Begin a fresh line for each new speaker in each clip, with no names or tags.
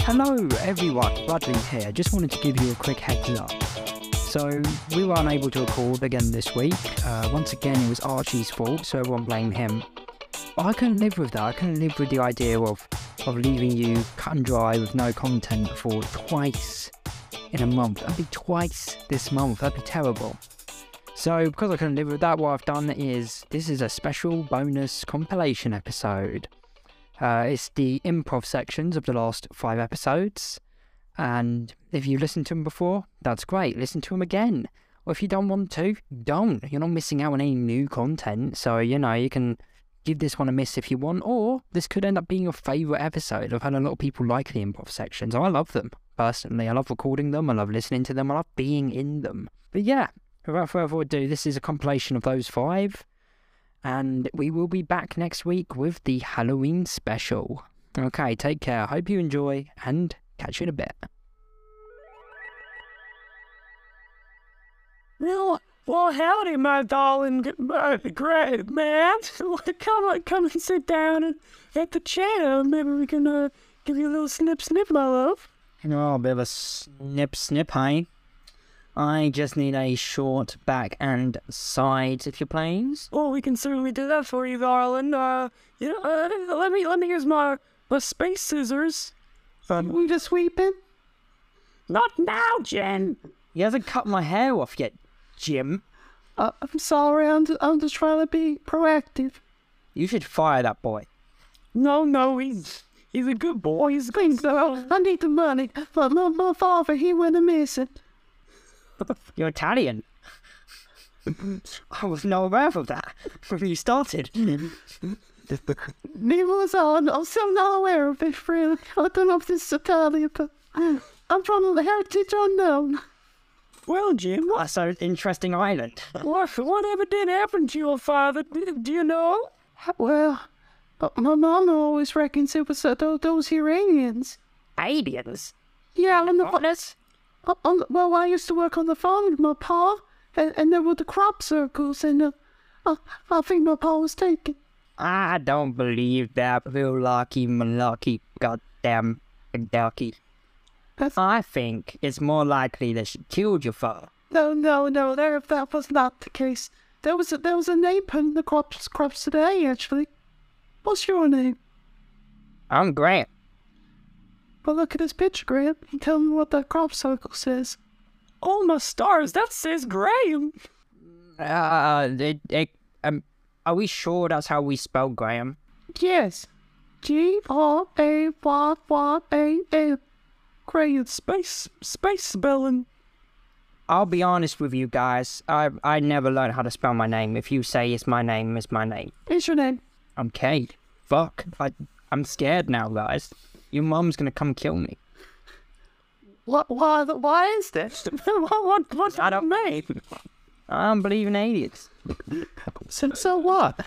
Hello everyone, Rudley here. Just wanted to give you a quick heads up. So, we were unable to record again this week. Uh, once again, it was Archie's fault, so everyone blamed him. But I couldn't live with that. I couldn't live with the idea of, of leaving you cut and dry with no content for twice in a month. That'd be twice this month. That'd be terrible. So, because I couldn't live with that, what I've done is this is a special bonus compilation episode. Uh, it's the improv sections of the last five episodes. And if you listened to them before, that's great. Listen to them again. Or if you don't want to, don't. You're not missing out on any new content. So, you know, you can give this one a miss if you want. Or this could end up being your favourite episode. I've had a lot of people like the improv sections. I love them, personally. I love recording them. I love listening to them. I love being in them. But yeah, without further ado, this is a compilation of those five. And we will be back next week with the Halloween special. Okay, take care. Hope you enjoy and catch you in a bit.
Well, well, howdy, my darling, uh, great man. come on, come and sit down and at the chair. Maybe we can uh, give you a little snip, snip, my love.
You know, a bit of a snip snip, hey? I just need a short back and sides, if you please.
Well, Oh, we can certainly do that for you, darling. Uh, you know, uh, let me let me use my my space scissors.
We just sweeping?
Not now, Jen.
He hasn't cut my hair off yet, Jim.
Uh, I'm sorry. I'm just, I'm just trying to be proactive.
You should fire that boy.
No, no, he's he's a good boy. He's a
Please,
good
though, Oh, I need the money. But my, my father, he went missing.
You're Italian. I was not aware of that when you started.
Neither was I. and I'm still not aware of it, really. I don't know if this is Italian, but uh, I'm from the heritage unknown.
Well, Jim, what,
That's an interesting island.
what whatever did happen to your father? Do, do you know?
Well, uh, my mama always reckons it was uh, those, those Iranians.
Aliens?
Yeah, on the,
Honest?
Uh, on the- well, I used to work on the farm with my pa, and, and there were the crop circles, and uh, I, I think my pa was taken.
I don't believe that real lucky malarkey goddamn Kentucky.
That's-
I think it's more likely that she killed your father.
No, no, no. There, that was not the case. There was a, there was a name put in the crops crops today. Actually, what's your name?
I'm Grant.
Well, look at this picture, Grant, and tell me what that crop circle says.
Oh my stars, that says Graham.
Uh, it, it, um, are we sure that's how we spell Graham?
Yes, G R A Y Y A M. Grant.
Space space spelling.
I'll be honest with you guys. I I never learned how to spell my name. If you say it's my name, it's my name.
Is your name?
I'm Kate. Fuck. I I'm scared now, guys. Your mum's gonna come kill me.
What? Why? the- Why is that?
what what what
I don't-
mean?
I don't believe in idiots.
So, so what?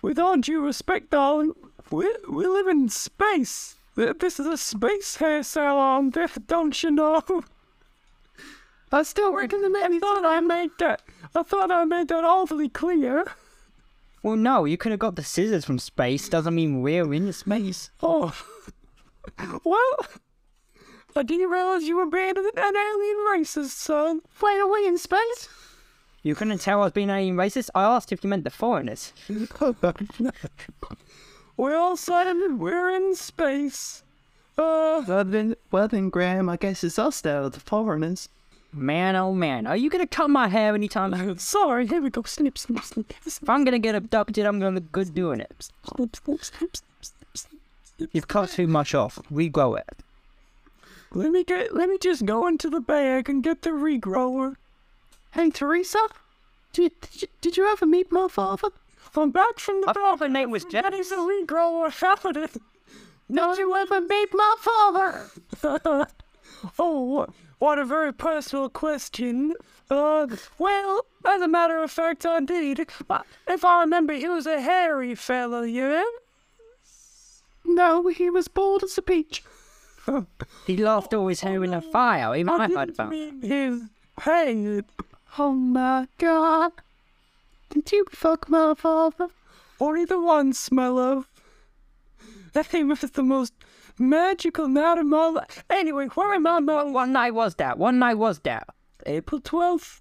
With all due respect, darling, we we live in space. Th- This is a space hair salon, d- don't you know?
I still work in the
I
man.
thought I made that. I thought I made that awfully clear.
Well, no, you could have got the scissors from space. Doesn't mean we're in space.
Oh, well. I didn't realize you were being an an alien racist, son.
Wait, are we in space?
You couldn't tell I was being alien racist. I asked if you meant the foreigners.
We're all sudden we're in space. Uh,
Well then, well then, Graham. I guess it's us now, the foreigners.
Man, oh man, are you gonna cut my hair anytime?
sorry. Here we go. Snip, snip, snip,
If I'm gonna get abducted, I'm gonna look good doing it.
snip, snip, snip, snip, snip.
You've cut too much off. Regrow it.
Let me get. Let me just go into the bag and get the regrower.
Hey, Teresa, did, did, you, did you ever meet my father?
I'm back from the
I thought her name was
That
Janice.
is a regrower happening.
Did you ever meet my father?
oh, wh- what a very personal question. Uh, well, as a matter of fact, I did. But if I remember, he was a hairy fella, you know?
No, he was bald as a peach.
He lost all his hair in a fire. Even I
I
heard
didn't
about.
mean his head
Oh my god. Did you fuck my father?
or either once, my love. That thing was the most magical night of my life. Anyway, where am I now?
One night was that. One night was that.
April 12th,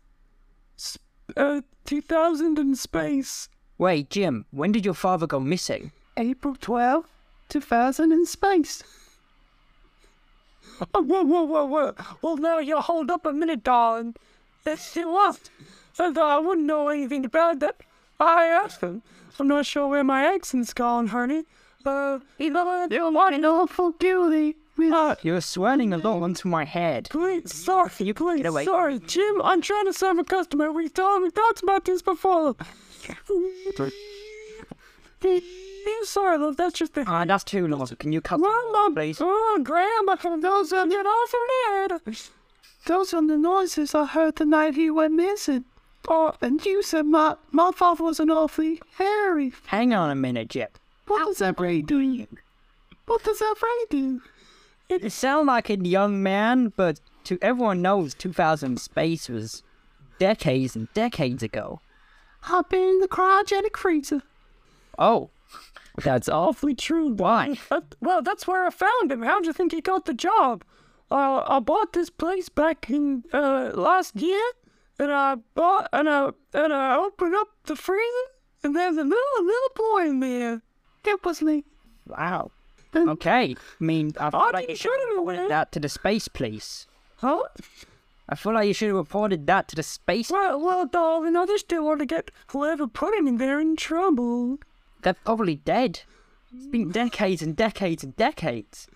s- uh, 2000 in space.
Wait, Jim, when did your father go missing?
April 12, 2000 in space.
Oh, whoa, whoa, whoa, whoa. Well, now you hold up a minute, darling. That's it was. Although I wouldn't know anything about that. I asked him. I'm not sure where my accent's gone, honey. Uh, he loved
You want an awful guilty. With
uh,
You're swirling a lot onto my head.
Please, sorry,
You
please,
get away.
sorry, Jim. I'm trying to serve a customer. We told we talked about this before. sorry, love. That's just the.
Ah, that's too long. Can you cut
Well, Mum,
please?
Oh, Grandma, those are your awful head.
those are the noises I heard the night he went missing.
Oh,
And you said my, my father was an awfully hairy.
Hang on a minute, Jim.
What does that ray do? What does that ray do?
You sound like a young man, but to everyone knows 2000 Space was decades and decades ago.
I've been the cryogenic freezer.
Oh, that's awfully
true.
Why?
That, well, that's where I found him. How do you think he got the job? Uh, I bought this place back in uh, last year, and I bought and I and I opened up the freezer, and there's a little little boy in there.
It was me.
Wow. Okay. I mean, I
Oh,
thought I
you should have been with
that to the space police.
Huh?
I feel like you should have reported that to the space.
Well, well, darling, I just don't want to get whoever put him in there in trouble.
They're probably dead. It's been decades and decades and decades.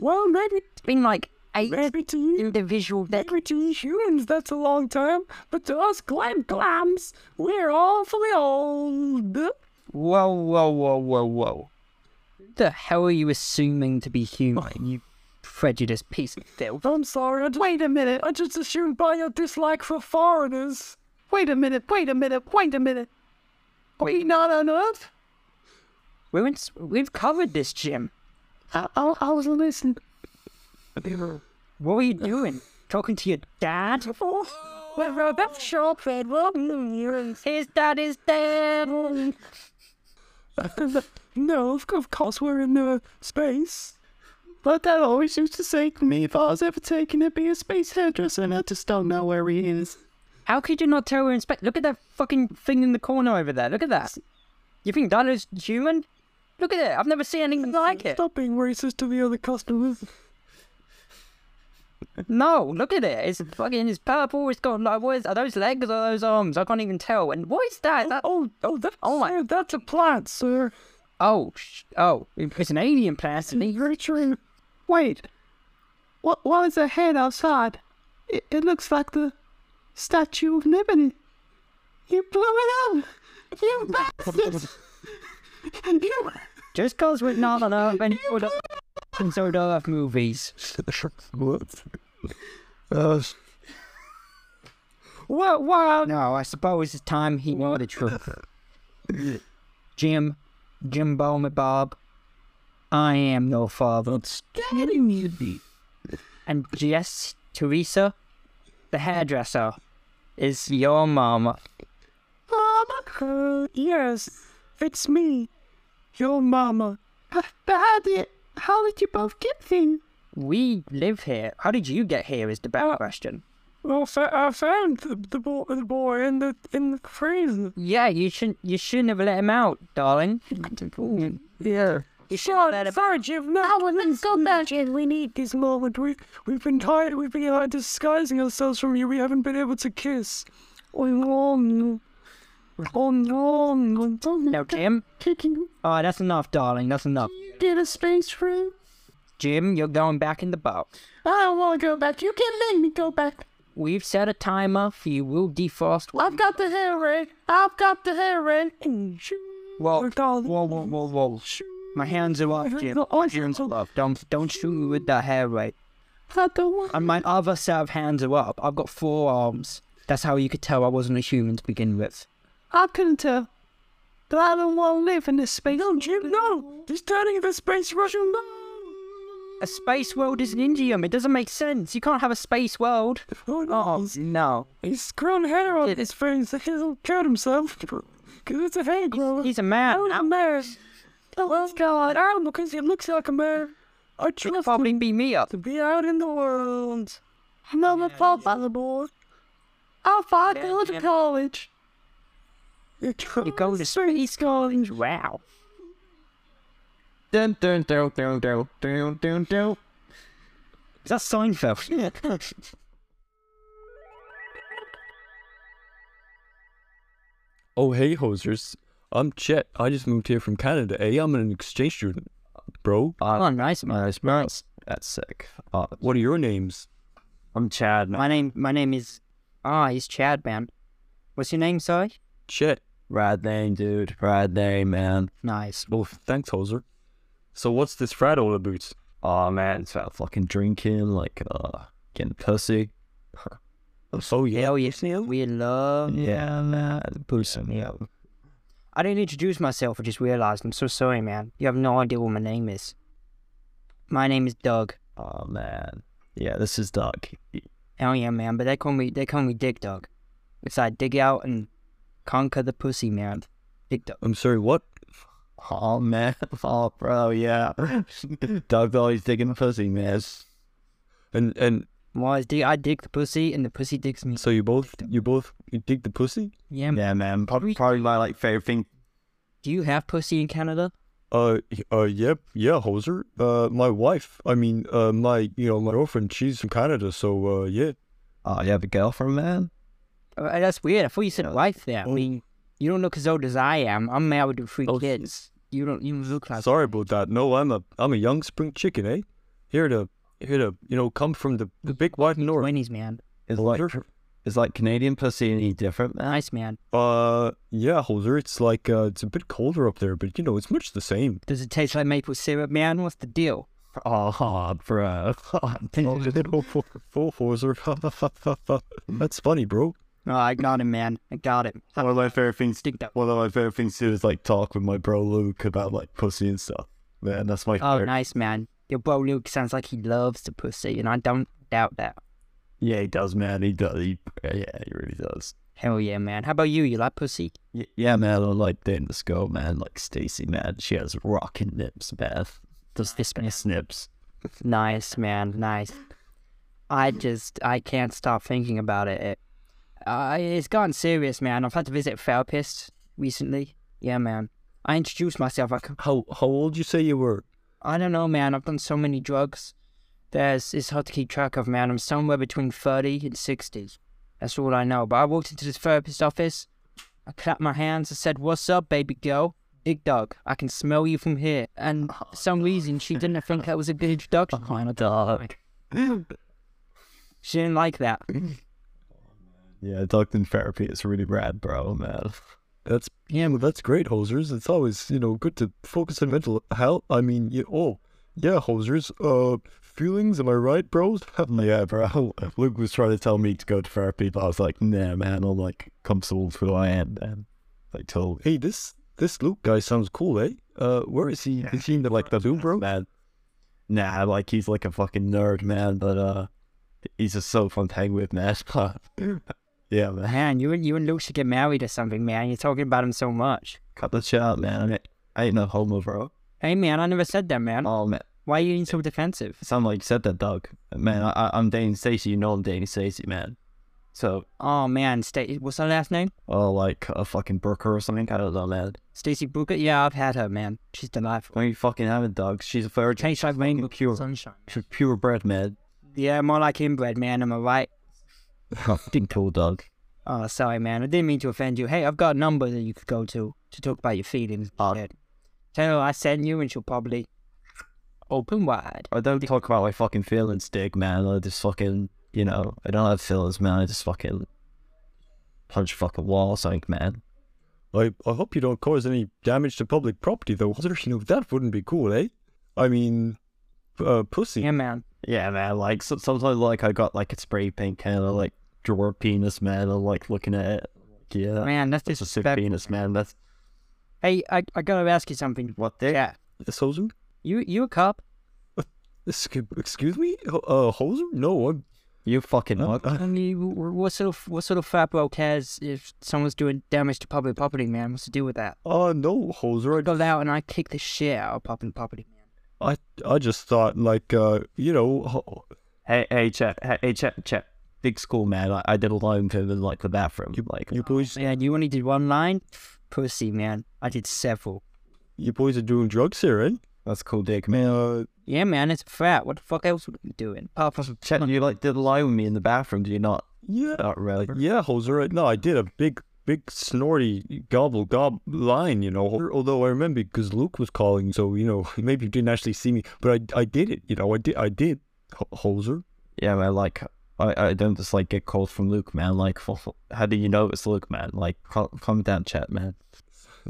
Well, maybe,
It's been like eight
maybe to you,
individual decades.
maybe to you humans, that's a long time. But to us glam glams, we're awfully old.
Whoa, whoa, whoa, whoa, whoa. The hell are you assuming to be human, you prejudiced piece of filth?
I'm sorry, I just,
Wait a minute.
I just assumed by your dislike for foreigners.
Wait a minute. Wait a minute. Wait a minute. Are we not on Earth?
We're in, s- we've covered this, Jim.
I, I, I was listening. Oh,
What were you doing? Talking to your dad?
Oh,
uh,
well, that's sure played well. mm,
His dad is dead.
you're- No, of- of course we're in
uh,
the space.
My dad always used to say to me if I was ever taken to be a space hairdresser, and I just don't know where he is.
How could you not tell we're in space? Look at that fucking thing in the corner over there. Look at that. You think that is human? Look at it. I've never seen anything like it.
Stop being racist to the other customers.
No, look at it. It's fucking. It's purple. It's got like what is? Are those legs or those arms? I can't even tell. And what is that? Is that
Oh, oh, that,
Oh my-
sir, that's a plant, sir.
oh, sh- oh, it's an alien plant. isn't it?
Very true.
Wait. What, what is the head outside? It, it looks like the Statue of Liberty. You blew it up! You bastard! you,
Just because we're not on Earth and we're not on Earth movies.
Well, well,
No, I suppose it's time he knew the truth. Jim, Jimbo McBob, I am no father. And yes, Teresa, the hairdresser, is your mama.
Mama. Uh, yes, it's me, your mama.
but how did, how did you both get there?
We live here. How did you get here is the better question.
Well, fa- I found the, the, bo- the boy in the in the freezer.
Yeah, you shouldn't you shouldn't have let him out, darling. Yeah. You should have let him
Sorry, Jim. No,
Oh,
I
let's go back.
We need this moment. We we've been tired. We've been uh, disguising ourselves from you. We haven't been able to kiss. Oh no. Oh no. no.
No, Jim.
Kicking
Alright, Oh, that's enough, darling. That's enough.
did a space room?
Jim, you're going back in the boat.
I don't want to go back. You can't make me go back.
We've set a timer for you will defrost.
I've got the hair ring. I've got the hair ring.
Oh,
Well,
We're done.
whoa, whoa, whoa, whoa. My hands are off, Jim.
No,
My
I-
hands are off. Don't, don't shoot me with that hair, right?
I don't want.
And my other set of hands are up. I've got four arms. That's how you could tell I wasn't a human to begin with.
I couldn't tell. But I don't want to live in this space.
No, Jim. No. He's turning the space Russian. No.
A space world is an idiom. It doesn't make sense. You can't have a space world.
Oh no.
Oh, no.
He's grown hair on
Did-
his face. He hasn't cut himself. Because it's a hair grower.
He's a man.
I'm there. Oh God! I don't know because it looks like a man. I trust
Probably be me up.
to be out in the world.
Another pop.
By the board.
I'll find go to college.
You
You go to space college. Wow.
Dun dun dun dun dun dun dun dun.
Is that Seinfeld?
Oh, hey, hosers. I'm Chet. I just moved here from Canada, eh? I'm an exchange student, bro.
Oh, nice. man.
Nice, nice. That's sick. Uh,
What are your names?
I'm Chad.
My name, my name is ah, he's Chad, man. What's your name, sorry?
Chet.
Rad name, dude. Rad name, man.
Nice.
Well, Oh, thanks, hoser. So what's this frat all about?
Oh man, it's about fucking drinking, like uh, getting pussy.
Oh, yeah.
Hell yes, we love.
Yeah, man, pussy. Yeah.
I didn't introduce myself. I just realized. I'm so sorry, man. You have no idea what my name is. My name is Doug.
Oh man. Yeah, this is Doug.
Hell Oh, yeah, man. But they call me they call me Dick Doug. It's like dig out and conquer the pussy, man. Dick Doug.
I'm sorry, what?
Oh man. Oh bro, yeah. Doug's always digging pussy, man.
And and
Why is dig? I dig the pussy and the pussy digs me.
so you both you both you dig the pussy?
Yeah. man.
Yeah, man. Probably, probably my like favorite thing.
Do you have pussy in Canada?
Uh y- uh yep, yeah, hoser. Uh my wife, I mean uh my you know, my girlfriend, she's from Canada, so uh yeah.
Oh, you have a girlfriend, man?
Uh, that's weird. I thought you said wife there. I mean, you don't look as old as I am. I'm married with three
Oh,
kids. You don't. You don't look like.
Sorry about that. No, I'm a I'm a young spring chicken, eh? Here to here to you know, come from the, the big wide north.
twenties, man.
Is like
Hoser.
is like Canadian pussy any different, man?
Nice, man.
Uh yeah, hoser, it's like uh it's a bit colder up there, but you know, it's much the same.
Does it taste like maple syrup, man? What's the deal?
Oh, bro.
Oh, hoser. That's funny, bro.
Oh, I got him, man. I got him.
One of my favorite things.
Dig Doug.
One of my favorite things to do is like talk with my bro Luke about like pussy and stuff. Man, that's my
Oh,
favorite.
nice, man. Your bro Luke sounds like he loves the pussy, and I don't doubt that.
Yeah, he does, man. He does. He, yeah, he really does.
Hell yeah, man. How about you? You like pussy?
Y- yeah, man. I like dating this girl, man. Like Stacy, man. She has rocking nips, man.
Does this man?
Snips.
Nice, man. Nice. I just, I can't stop thinking about it. it uh, it's gotten serious, man. I've had to visit a therapist recently. Yeah, man. I introduced myself. I, c-
How how old you say you were?
I don't know, man. I've done so many drugs. There's, it's hard to keep track of, man. I'm somewhere between 30 and 60. That's all I know. But I walked into this therapist's office. I clapped my hands. I said, What's up, baby girl? Big dog. I can smell you from here. And for some reason, she didn't think that was a good introduction.
Kind of dark.
She didn't like that.
Yeah, talking therapy is really rad, bro, man.
That's yeah, well, that's great, hosers. It's always you know good to focus on mental health. I mean, you, oh yeah, hosers. Uh, feelings, am I right, bros?
yeah, bro. Luke was trying to tell me to go to therapy, but I was like, nah, man. I'm like comfortable with who I am, man. Like, till
hey, this this Luke guy sounds cool, eh? Uh, where is he? Is he in the like the Zoom, bro?
man. Nah, like he's like a fucking nerd, man. But uh, he's just so fun to hang with, man. yeah, man.
Man, you and you and Luke should get married or something, man. You're talking about him so much.
Cut the shit out, man. I, mean, I ain't no homo, bro.
Hey, man, I never said that, man.
Oh man,
Why are you being so defensive?
sound like you said that, Doug. Man, I, I- I'm dating Stacy. You know I'm dating Stacy, man. So,
Oh man, Sta- what's her last name?
oh, like a fucking Brooker or something. I don't know, man.
Stacy Booker. Yeah, I've had her, man. She's delightful.
No, you fucking haven't, Doug. She's a virgin.
Tastes like rainbow
pure.
sunshine.
She's purebred, man.
Yeah, more like inbred, man. Am I right?
Fucking cool, Doug.
Oh, sorry, man. I didn't mean to offend you. Hey, I've got a number that you could go to to talk about your feelings.
Oh.
shit. Tell her I sent you, and she'll probably open wide.
I don't talk about my fucking feelings, dick, man. I just fucking, you know, I don't have feelings, man. I just fucking punch a fucking wall or something, man.
I I hope you don't cause any damage to public property, though, hoser. You know that wouldn't be cool, eh? I mean, uh, pussy.
Yeah, man.
Yeah, man. Like so- sometimes, like I got like a spray paint kind of like drawer penis, man. I'm like looking at it. Like, yeah,
Man, that's
it's a sick
disrespectful.
penis, man. That's
Hey, I I gotta ask you something.
what they.
Yeah,
Yes, hoser.
you you a cop?
Excuse excuse me, Ho- uh, hoser. No, I'm
You fucking
Uh,
what?
uh,
I mean, wh- wh- what sort of what sort of fatbro cares if someone's doing damage to public property, man? What's to do with that?
Oh no, Hoser.
I got out and I kicked the shit out of public property.
I I just thought like uh you know ho-
Hey, hey, chat, hey, hey, chat, chat. Big school man. I, I did a line for the like the bathroom. like
you boys
Oh, Man, you only did one line, pussy, man. I did several.
you boys are doing drugs here, eh? right?
that's cool, dick
Man,
man.
uh,
Yeah, man, it's fat. What the fuck else would I be doing? Apart from
Chat, you like did a line with me in the bathroom. Do you not?
yeah,
Not really.
yeah, Hoser. No, I did a big big snorty gobble gob line, you know. Hoser, Although I remember because Luke was calling, so you know maybe you didn't actually see me, but I I did it, you know. I did I did Ho- Hoser.
Yeah, man. Like I, I don't just like get calls from Luke, man. Like, f- f- how do you know it's Luke, man? Like, cal- calm down, chat, man.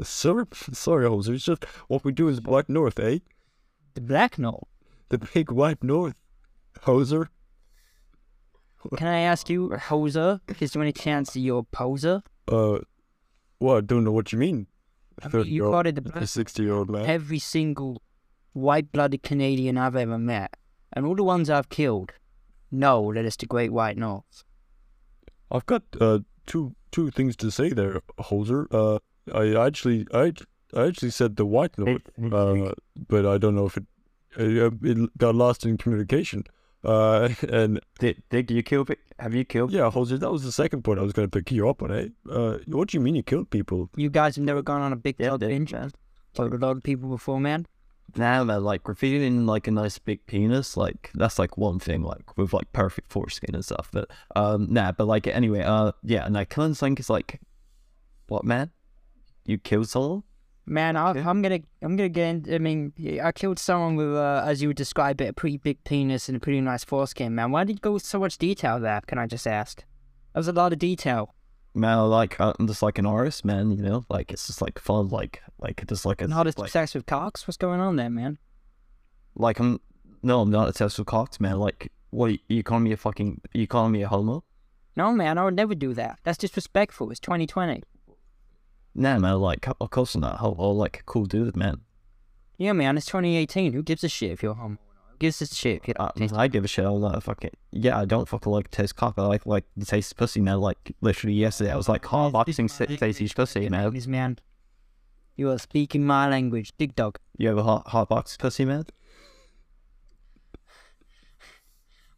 Sorry, sorry, Hoser. It's just what we do is Black North, eh?
the black note,
The big white North, Hoser.
can I ask you, hoser, is there any chance that you're a poser?
Uh, well, I don't know what you mean.
You called it the black
sixty-year-old man.
every single white blooded Canadian I've ever met, and all the ones I've killed, no, that is the Great White North.
I've got uh two two things to say there, Hoser. Uh, I actually I I actually said the white note, uh, but I don't know if it uh, it got lost in communication. Uh, and
Dick, Dick, you killed. pe- Have you killed?
yeah, Hoser, that was the second point I was going to pick you up on. Eh? Uh, what do you mean you killed people?
You guys have never gone on a big
Yeah,
dog
dude.
binge, man. Killed a lot of people before, man.
Nah, man. Like, graffiti in like a nice big penis. Like, that's like one thing. Like, with like perfect foreskin and stuff. But um, nah. But like, anyway, uh, yeah. And I can't think it's like, what, man? You killed someone?
Man, I, I'm gonna, I'm gonna get. In, I mean, yeah, I killed someone with, uh, as you would describe it, a pretty big penis and a pretty nice foreskin, man. Why did you go with so much detail there? Can I just ask? That was a lot of detail.
Man, I like uh, I'm just like an artist, man. You know, like it's just like fun, like like just like a
And how does
like,
sex with cocks? What's going on there, man?
like I'm no, I'm not obsessed with cocks, man. Like what you, you call me a fucking you call me a homo?
No, man, I would never do that. That's disrespectful. It's 2020.
Nah, man. Like of course I'm not. Homo, like a cool dude, man.
Yeah, man, it's 2018. Who gives a shit if you're homo? Who gives a shit? If you're
I,
taste-
Uh, I give a shit. I'm not a fucking yeah. I don't fucking like the taste of cock. I like like the taste of pussy, man. Like literally yesterday, I was like, oh, I'm tasting tasty pussy, man.
This man, you are speaking my language, dig dog.
You have a hot hot box pussy, man.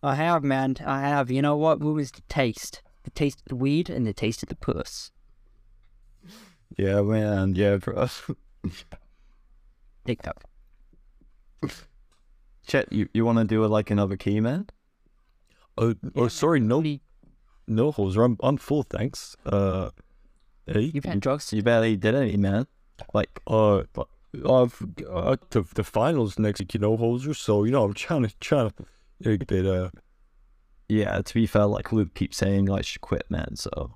I have, man. I have. You know what? What was the taste? The taste of the weed and the taste of the puss.
Yeah, man. Yeah, bro.
Dig dog.
Chet, you you want to do like another key, man?
Uh, oh, sorry, no, no, Hoser. I'm I'm full, thanks. Uh, hey.
You've had drugs.
You barely did any, man. Like,
uh, I've uh, the, the finals next week, you know, Hoser. So you know, I'm trying to trying to uh, get uh,
yeah, to be fair, like Luke keeps saying I should quit, man. So,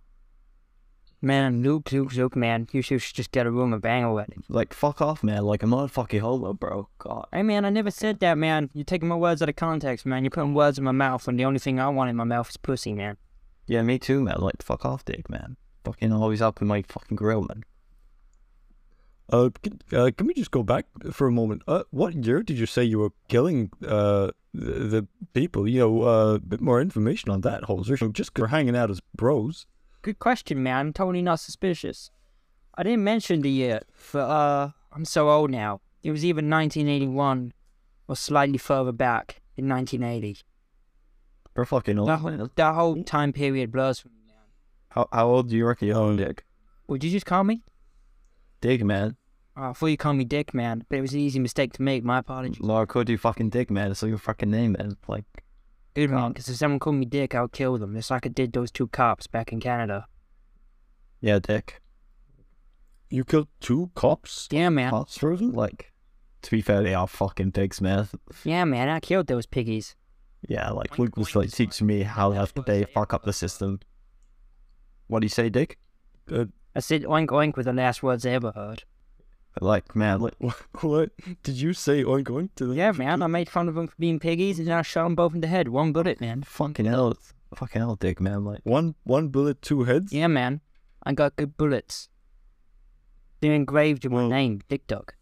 Man, Luke, Luke, Luke, man. You should should just get a room and bang already.
like, fuck off, man. Like, I'm not a fucking homo, bro. God.
Hey, man, I never said that, man. You're taking my words out of context, man. You're putting words in my mouth, and the only thing I want in my mouth is pussy, man.
Yeah, me too, man. Like, fuck off, dick, man. Fucking always up in my fucking grill, man.
Uh, can, uh, can we just go back for a moment? Uh, what year did you say you were killing uh the, the people? You know, uh, a bit more information on that, Holzer. So just 'cause we're hanging out as bros.
Good question, man. I'm totally not suspicious. I didn't mention the year, but uh, I'm so old now. It was either 1981 or slightly further back in 1980.
We're fucking old.
That whole, that whole time period blurs for me.
How, how old do you reckon you are, dick?
Would you just call me?
Dick, man.
Oh, I thought you called me Dick, man, but it was an easy mistake to make. My apologies.
Laura could do fucking dick, man. It's like your fucking name, man. Like,
Good man, because if someone called me Dick, I'll kill them, just like I did those two cops back in Canada.
yeah, dick.
You killed two cops.
Yeah, man.
Hearts frozen? Like, to be fair, they are fucking dicks, man.
Yeah, man, I killed those piggies.
Yeah, like, Luke was like teaching me how have they fuck up the system. What do you say, dick?
Uh,
I said oink oink with the last words I ever heard.
Like, man, like,
what, what did you say? Ongoing to them?
Yeah, man, I made fun of them for being piggies, and then I shot them both in the head. One bullet, man.
Fucking hell, it's- fucking hell, dick man. Like,
One one bullet, two heads.
Yeah, man. I got good bullets. They're engraved in my
Well-
name, Dick Dog.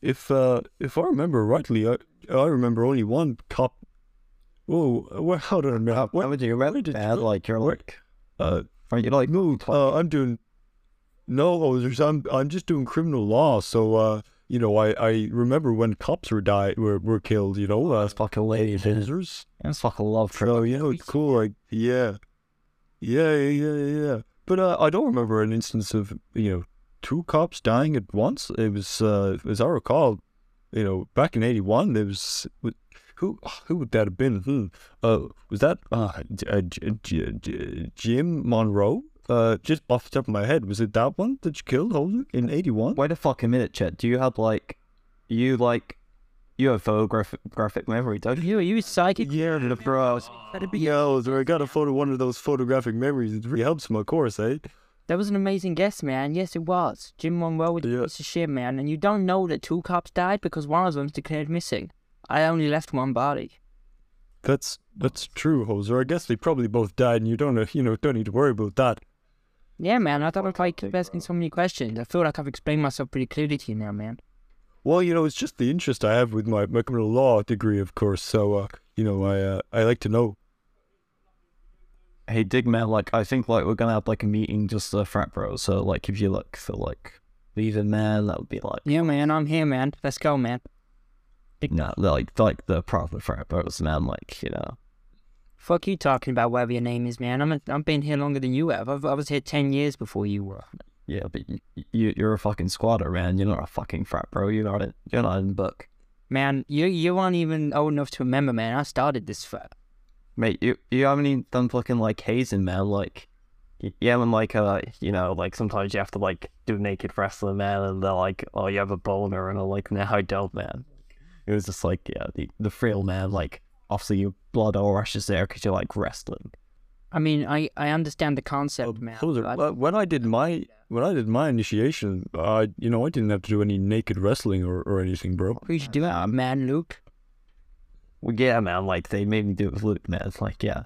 If uh, if I remember rightly, I I remember only one cop Whoa, well, hold on, man.
How,
What-
how would you remember
did you
that?
look-
Like you're
what-
like,
uh,
are you like
no, uh, I'm doing no, Hosers. I'm I'm just doing criminal law. So uh, you know, I, I remember when cops were died were, were killed. You know, uh,
fucking lady?
Hosers.
That's fucking love for
So you know, it's cool. Like yeah, yeah, yeah, yeah, yeah. But uh, I don't remember an instance of you know two cops dying at once. It was uh, as I recall, you know, back in '81, there was who who would that have been? Hmm. Uh, was that uh, J- uh, J- J- J- Jim Monroe? Uh, just off the top of my head, was it that one that you killed Holder in '81?
Wait a fucking minute, Chet. Do you have like, you like, you have photographic graphic memory, don't you?
You are you psychic?
Yeah, bro.
That'd be-
Yo, so I got a photo, one of those photographic memories. It really helps my course, eh?
That was an amazing guess, man. Yes, it was. Jim Monroe was
Yeah.
a piece of shit, man. And you don't know that two cops died because one of them's declared missing. I only left one body.
That's that's true, Hoser. I guess they probably both died, and you don't know, you know don't need to worry about that.
Yeah, man. I thought if I keep asking so many questions, I feel like I've explained myself pretty clearly to you now, man.
Well, you know, it's just the interest I have with my, my criminal law degree, of course. So, uh, you know, I uh, I like to know.
Hey, Dig Man. Like, I think like we're gonna have like a meeting just uh, frat bros. So like, if you look for like leaving man, that would be like,
Yeah, man. I'm here, man. Let's go, man.
no, like like the proper frat bros, man. Like, you know.
Fuck you talking about whatever your name is, man. I'm a, I've been here longer than you have. I've, I was here ten years before you were.
Yeah, but y- you you're a fucking squatter, man. You're not a fucking frat bro. You're not in, you're not in book,
Man, you you aren't even old enough to remember, man. I started this fight.
mate. You you haven't even done fucking like hazing, man. Like y- you haven't like uh you know like sometimes you have to like do naked wrestling, man, and they're like, oh, you have a boner, and I'm like, no, I don't, man. It was just like yeah, the the frail man. Like obviously your blood all rushes there because you're like wrestling.
I mean, I, I understand the concept,
Um,
man.
Hoser,
but-
uh, when I did my when I did my initiation, I you know I didn't have to do any naked wrestling or, or anything, bro.
we should do it, man, Luke.
Well, yeah, man. Like they made me do it with Luke, man. It's like yeah,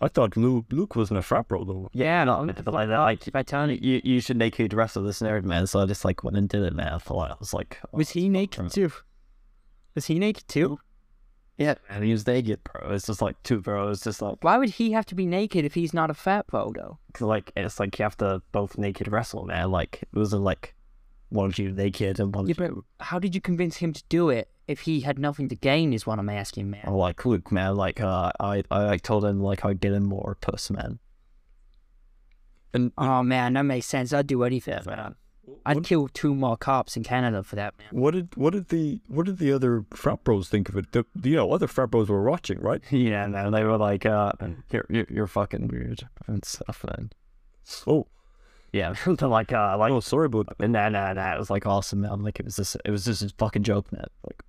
I thought Luke Luke wasn't a frat bro though.
yeah, no, but like they're like
If I tell you,
you you should naked wrestle this nerd man. So I just like went and did it, man. I thought I was like, oh,
was he naked too? Was he naked too?
yeah, man, he was naked, bro. It's just like two bros, just like
Why would he have to be naked if he's not a fat bro, though?
cause like it's like you have to both naked wrestle, man. Like it wasn't like one you naked and one
Yeah, but how did you convince him to do it if he had nothing to gain? Is what I'm asking, man.
Oh.
I'm like Luke, man. Like uh, I I like told him like I'd get him more puss, man.
Oh man, that makes sense. I'd do anything, man. I'd kill two more cops in Canada for that, man.
What did what did the what did the other frat bros think of it? The, the, you know, other frat bros were watching, right?
yeah, man. They were like, uh, you're you're, you're fucking weird and stuff, man.
Oh,
Yeah, they're like uh, like
oh, sorry about that.
nah, nah, nah. It was like awesome, man. Like it was just it was just a fucking joke, man. Like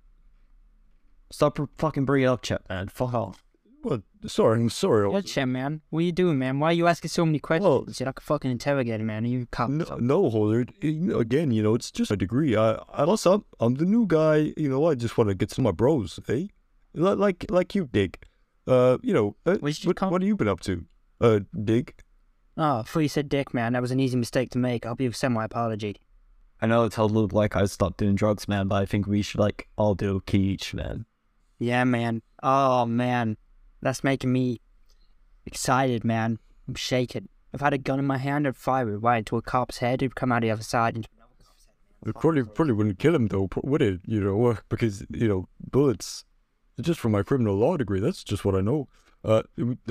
stop fucking bringing it up, Chet, man. Fuck off.
Well, sorry, I'm sorry.
Yeah, Chet, man. What are you doing, man? Why are you asking so many questions?
Well-
Shit, I could fucking interrogate him, man. Are you a cop?
No, no, Holder. Again, you know, it's just a degree. I, I plus I'm, I'm the new guy. You know, I just want to get to my bros, eh? Li- Like, like you, Dig. Uh, you know, uh,
We should
what,
come-
what have you been up to? Uh, Dig.
Oh, I thought you said dick, man. That was an easy mistake to make. I'll be send my apology.
I know I told Luke like I stopped doing drugs, man, but I think we should like all do a key each, man.
Yeah, man. Oh, man. That's making me excited, man. I'm shaking. If I had a gun in my hand, I'd fire it right into a cop's head. It'd come out the other side. And...
It probably probably wouldn't kill him though, pro- would it? You know, uh, because you know bullets. Just for my criminal law degree, that's just what I know. Uh,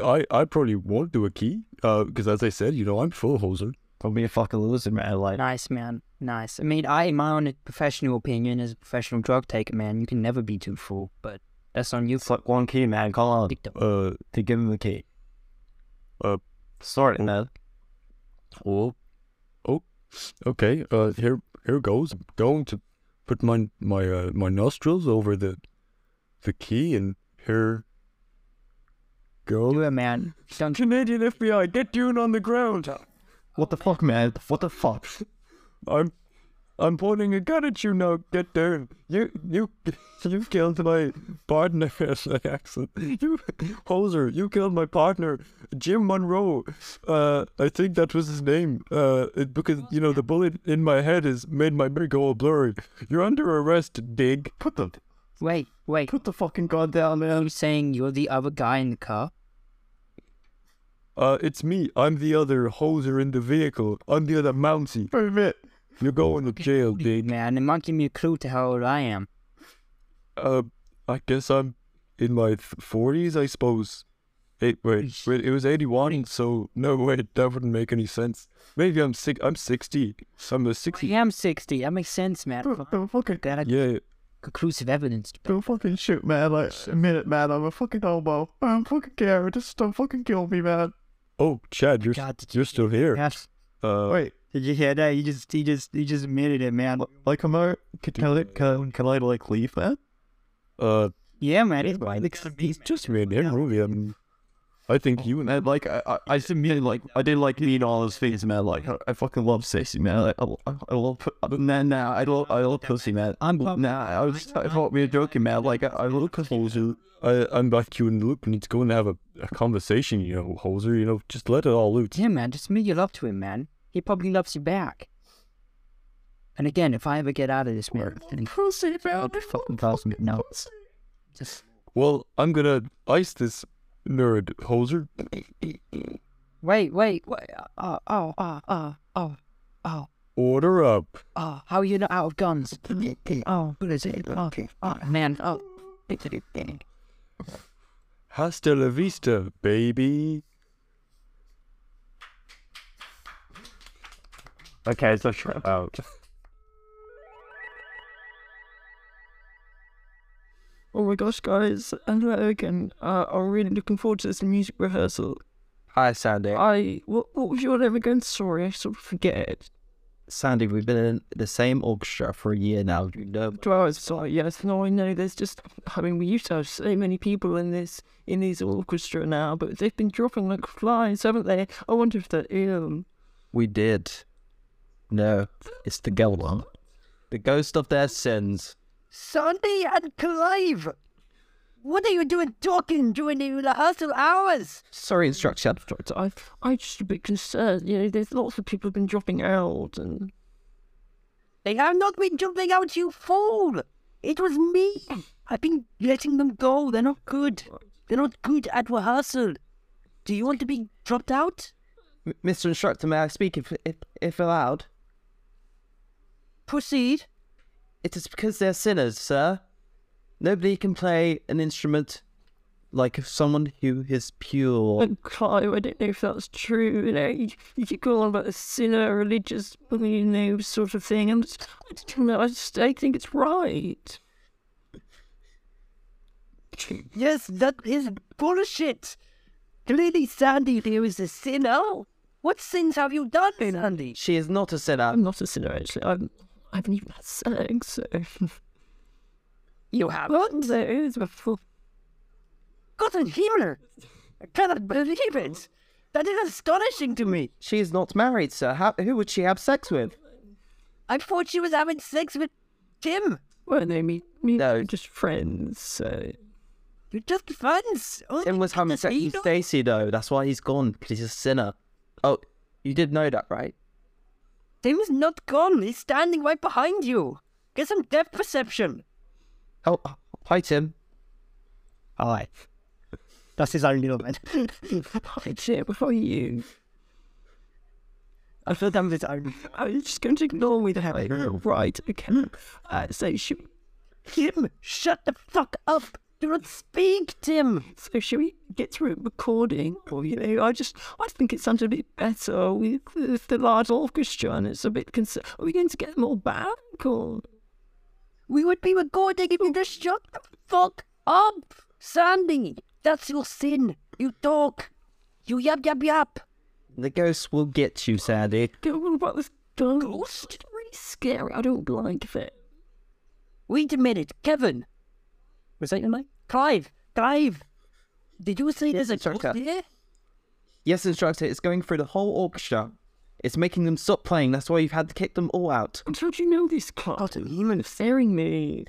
I I probably won't do a key. Uh, because as I said, you know, I'm full hoser.
Don't be a fucking loser, man. Like
Nice, man. Nice. I mean, I, in my own professional opinion, as a professional drug taker, man, you can never be too full. But that's on you.
it's like one key, man. Come on,
Dick dog.
Uh,
to give him the key.
Uh,
sorry,
mm.
man.
Oh, oh, okay. Uh, here, here goes. I'm going to put my my uh, my nostrils over the the key, and here
Do
go.
it, man. Don't
Canadian FBI, get down on the ground.
What the fuck, man? What the fuck?
I'm I'm pointing a gun at you now. Get down. You you you killed my partner. My accent. You hoser. You killed my partner, Jim Monroe. Uh, I think that was his name. Uh, it, because you know the bullet in my head has made my memory go all blurry. You're under arrest, Dig. Put the
Wait, wait.
Put the fucking gun down,
You
man.
saying you're the other guy in the car?
Uh, it's me. I'm the other hoser in the vehicle. I'm the other mountie.
Wait a minute.
You're going to jail, dude.
Man, it might give me a clue to how old I am.
Uh, I guess I'm in my forties, I suppose. Hey, wait, wait. It was eighty-one, so no, wait, that wouldn't make any sense. Maybe I'm six. I'm sixty. I'm a
I
sixty.
am 60. That makes sense, man.
Oh, Don't, don't fucking,
Glad I got
Yeah,
conclusive evidence.
don't fucking shoot, man. Like, a minute, man. I'm a fucking homo. I don't fucking care. Just don't fucking kill me, man.
Oh, Chad, you're
God, did
you're still here.
Yes.
Uh,
Wait.
Did you hear that? He just he just he just admitted it, man. Like am I can, can, I- can, can I like leave, man?
uh,
Yeah, man. It's like,
it's just me and him, really. I mean, I
Oh,
think you and
Man, like I I, I just mean like I did like mean all his things, man. Like I, I fucking love sissy, man. I, I, I love pu- uh, nah nah. I love I love pussy, man. I'm nah. I was I thought we were joking, man. Like I, I love pussy.
I, I'm like you and Luke. We need to go and have a, a conversation, you know, hoser. You know, just let it all loose.
Yeah, man. Just make your love to him, man. He probably loves you back. And again, if I ever get out of this, man, then
Pussy, man.
he fucking calls me. No. Just
Well, I'm gonna ice this nerd hoser.
wait, wait, wait. Oh, oh, oh, oh, oh, oh,
Order up.
oh. How are you not out of guns? Oh, what is it? Oh, oh man. Oh.
Hasta la vista, baby.
Okay, so shut out.
Oh my gosh, guys. Hello again. Uh, I'm really looking forward to this music rehearsal.
Hi, Sandy.
I. What, what was your name again? Sorry, I sort of forget it.
Sandy, we've been in the same orchestra for a year now. You know,
Two hours. Sorry, yes. No, I know. There's just. I mean, we used to have so many people in this in this orchestra now, but they've been dropping like flies, haven't they? I wonder if um, they're ill.
we did. No, it's the girl one. The ghost of their sins.
Sunday and Clive. What are you doing talking during the rehearsal hours?
Sorry, instruction.
So I I just a bit concerned. You know, there's lots of people have been dropping out, and
They have not been jumping out, you fool. It was me. I've been letting them go. They're not good. They're not good at rehearsal. Do you want to be dropped out?
Mr. Instructor, may I speak if, if, if allowed?
Proceed.
It is because they're sinners, sir. Nobody can play an instrument like someone who is pure.
and Clive, I don't know if that's true. You know, you, you keep going on about the sinner, religious, you know, sort of thing. I'm just, I don't know. I just, I think it's right.
Yes, that is bullshit. Clearly, Sandy here is a sinner. What sins have you done, Sandy?
She is not a sinner.
I'm not a sinner actually. I'm, I haven't even had sex. So.
You haven't
there is before.
gotten here. I cannot believe it. That is astonishing to me.
She is not married, sir. How, who would she have sex with?
I thought she was having sex with Tim.
Well, no, me, me,
No.
we're just friends. So
You're just friends. Oh,
Tim was having sex with Stacy, though. That's why he's gone, because he's a sinner. Oh, you did know that, right?
Tim's not gone. He's standing right behind you. Get some depth perception.
Oh, hi, Tim.
Alright. That's his own little bit.
it's it before you.
I feel that was his own.
Oh, you're just going to ignore me, then. Right? Okay. Uh, so should,
Tim, shut the fuck up. Do not speak, Tim.
so should we get through recording, or you know, I just, I think it sounds a bit better with, with the large orchestra, and it's a bit concerned. Are we going to get them all back, or?
We would be recording if you just shut the fuck up. Sandy, that's your sin. You talk. You yap yap yap.
The ghost will get you, Sandy.
Go on about this ghost. It's really scary. I don't like it.
Wait a minute, Kevin.
Was that your name?
Clive, Clive. Did you say there's a
it's okay.
ghost here?
Yes, instructor, it's going through the whole orchestra. It's making them stop playing. That's why you've had to kick them all out.
And how do you know this class? Oh, don't even staring me.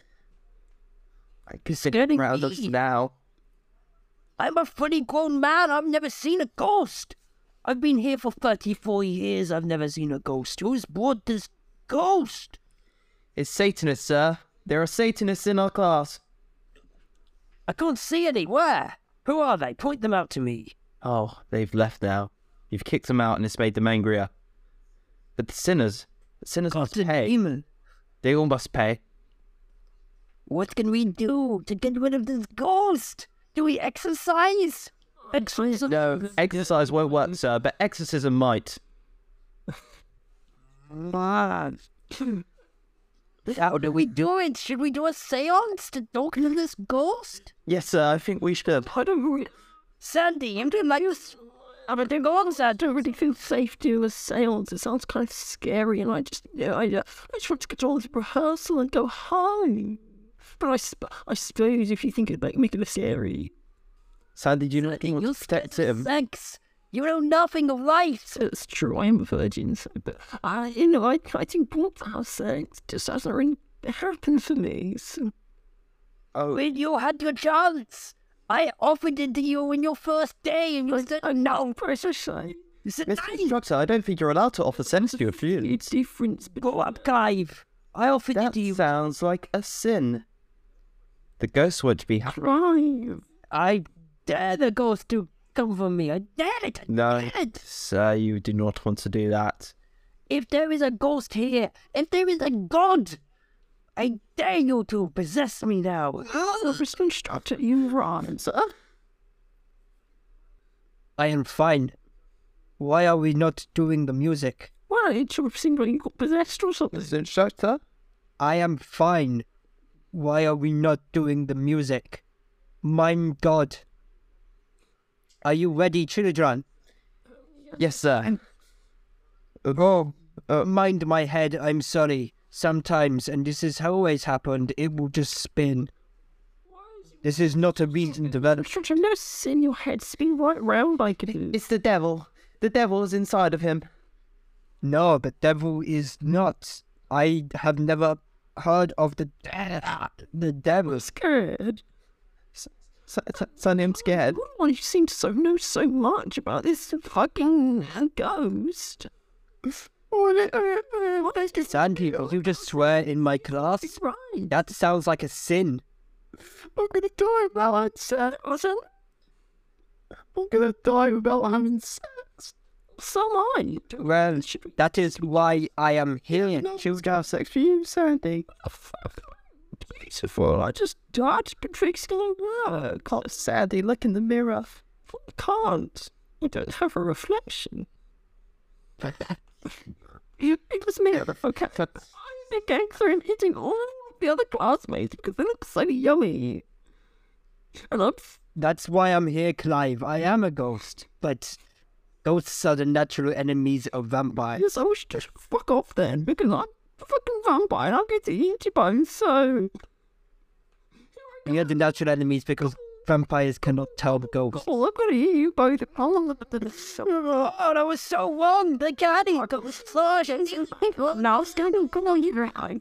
I can see
Getting
around us
me.
now.
I'm a fully grown man. I've never seen a ghost. I've been here for 34 years. I've never seen a ghost. Who's brought this ghost?
It's Satanists, sir. There are Satanists in our class.
I can't see any. Where? Who are they? Point them out to me.
Oh, they've left now. You've kicked them out and it's made them angrier. But the sinners, the sinners must pay. They all must pay.
What can we do to get rid of this ghost? Do we exercise? Exercise? No.
Exercise won't work, sir, but exorcism might.
Man.
How do we do it? Should we do a seance to talk to this ghost?
Yes, sir, I think we should.
Sandy, I'm doing my use. I'm gonna go on,
I don't really feel safe doing a seance. It sounds kind of scary, and I just, you know, I, uh, I just want to get on with rehearsal and go home. But I, sp- I suppose if you think about making it scary,
Sandy, do you know anything
You're
that's
scared
protected
of
him?
sex. You know nothing of life.
that's true. I am a virgin, so, but I, you know, I, I think once I have sex, it just hasn't really happened for me. So
Oh,
When you had your chance, I offered it to you on your first day, and you said
I know, precisely.
You said,
Mr.
"Nein."
Instructor, I don't think you're allowed to offer sense to your
The
feelings.
difference
Go up, Clive. I offered it
That
to you.
sounds like a sin. The ghost won't be happy.
between
I dare the ghost to come for me. I dare it. I
No,
dare it.
sir, you do not want to do that.
If there is a ghost here, if there is a god, I dare you to possess me now.
Mr. Instructor, you run, sir.
I am fine. Why are we not doing the music?
Well, it sure seemed like you got possessed or something.
Mr. Instructor?
I am fine. Why are we not doing the music? Mein God. Are you ready, children?
Yes, sir. uh,
Oh, mind my head, I'm sorry. Sometimes, and this is how always happened, it will just spin. This is not a reason to develop.
Instructor, I've never seen your head spin right round like it is.
It's the devil. The devil is inside of him.
No, the devil is not. I have never heard of the the devil.
scared.
S- s- Sonny, I'm scared.
Why you seem to so know so much about this fucking ghost? What is this?
Sandy, will you just swear in my class?
Right.
That sounds like a sin.
I'm gonna die without sex. I'm gonna die without having sex.
So am I.
Well, that is why I am here.
Should we have sex for you, Sandy?
Beautiful. I just died fixing my work.
Oh, Sandy, look in the mirror.
I can't. I don't have a reflection. it, it was me. Okay. I've been going through and hitting all the other classmates because they look so yummy. And I'm
That's why I'm here, Clive. I am a ghost, but ghosts are the natural enemies of vampires.
Yes, I wish to fuck off then, because I'm a fucking vampire and I'll get to eat your bones, so.
We are the natural enemies because vampires cannot tell the ghosts.
Well, I'm gonna eat you both. Oh, that was so wrong! The candy! I got slash and you people. Now I'm standing on your I'm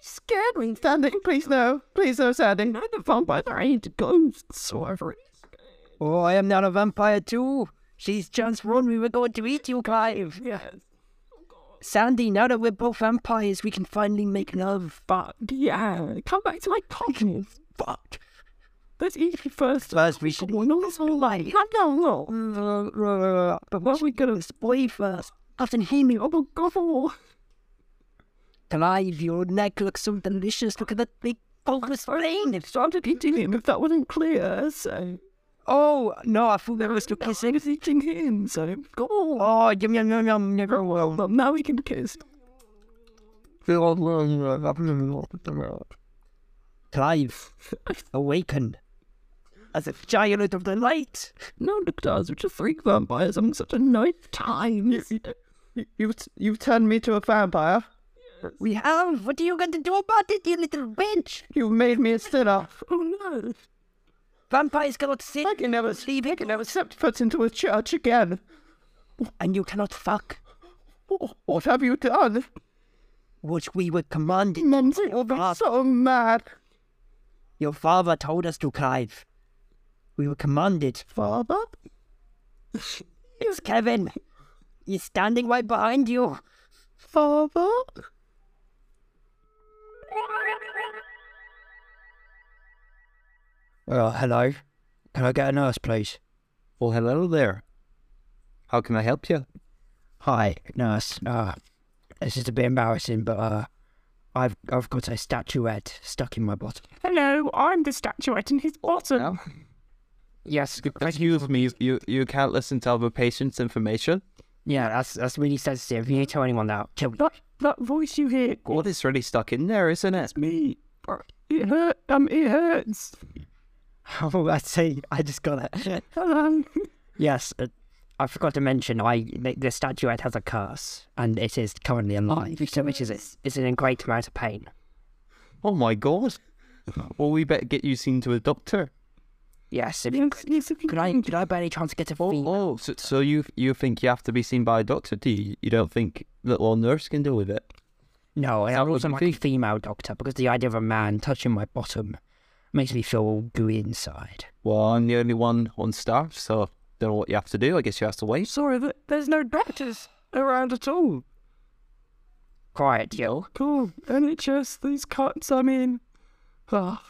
scared when
Sandy, please no. Please no, Sandy.
you know the vampires are into ghosts or whatever.
Oh, I am now a vampire too.
She's transformed. We were going to eat you, Clive. Yes. Sandy, now that we're both vampires, we can finally make love.
But yeah, come back to my conscience. Fuck! Let's eat you first.
First, we should.
Going on this whole life. I don't know.
Can
But what are we gonna
Boy first.
After healing, oh my god!
Clive, your neck looks so delicious. Look at that big bulbous vein.
If so, I'm just eating him. If that wasn't clear, so
Oh no, I thought that was
I was eating him. So go.
Oh, yum yum yum yum. Never will.
Well, now we can kiss.
Clive, awaken. As a giant of the light.
No, look, does which are three vampires having such a nice time.
You, you've, you've turned me to a vampire.
We have. What are you going to do about it, you little bitch?
You've made me a sinner.
Oh no!
Vampires cannot sit.
I can never sleep.
Leave
I
it.
can never step foot into a church again.
And you cannot fuck.
Wh- What have you done?
Which we were commanded.
Nancy, you'll
Oh,
be so mad.
Your father told us to, Clive. We were commanded.
Father?
It's Kevin. He's standing right behind you.
Father?
Oh, hello. Can I get a nurse, please?
Well, hello there. How can I help you?
Hi, nurse. Uh, this is a bit embarrassing, but uh, I've I've got a statuette stuck in my bottom.
Hello, I'm the statuette in his bottom.
No?
Yes, good
Excuse me, you, you can't listen to other patients' information?
Yeah, that's that's really sensitive. You need to tell anyone that. Kill me.
That that voice you hear,
God, it's really stuck in there, isn't it?
me. It hurt. Um, it hurts.
Oh, I see. I just got it.
Um,
Yes, uh, I forgot to mention. I the, the statuette has a curse, and it is currently alive, so which is it's, it's in a great amount of pain.
Oh my god. Well, we better get you seen to a doctor.
Yes. If,
yes, yes, if you
could I
can-
could I by any chance get a fee?
Oh, so, so you you think you have to be seen by a doctor, do you? You don't think little nurse can deal with it?
No, I
that
also
wouldn't
like a
be-
female doctor because the idea of a man touching my bottom makes me feel all gooey inside.
Well, I'm the only one on staff, so don't know what you have to do. I guess you have to wait.
Sorry, th- there's no doctors around at all.
Quiet, you.
Cool. NHS, these cuts, I mean. ah,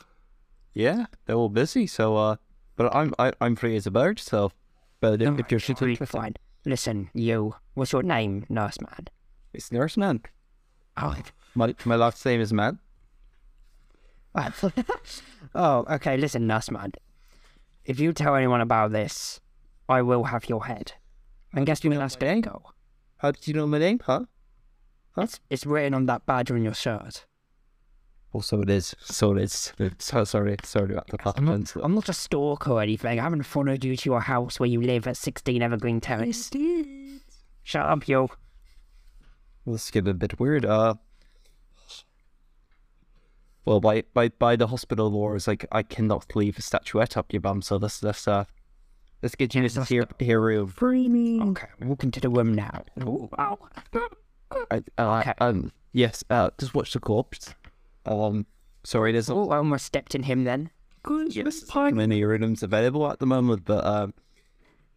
Yeah, they're all busy. So, uh, but I'm I, I'm free as a bird. So, but if, if you're
fine,
shooting,
fine. Listen, you. What's your name, nurse man?
it's nurse man.
Oh,
My my last name is man.
oh, okay. Listen, nurse man. If you tell anyone about this, I will have your head. And guess what? That's gonna go.
How did you know my name, huh?
It's, it's written on that badge on your shirt.
Well, so it is. So it is. So sorry, sorry about the
I'm
pun.
not, I'm not a stalker or anything. I haven't followed you to your house where you live at 16 Evergreen Terrace. Shut up, you.
Let's get a bit weird. Uh, well, by by by the hospital law is like I cannot leave a statuette up your bum. So let's let's uh let's get you to
that's
here here room.
Okay, walk into the room now. Ooh, ow.
I, uh,
Okay.
Um, yes. Uh, just watch the corpse. Um, sorry, there's not
Oh, I almost stepped in him then.
yes, many urinums available at the moment, but um,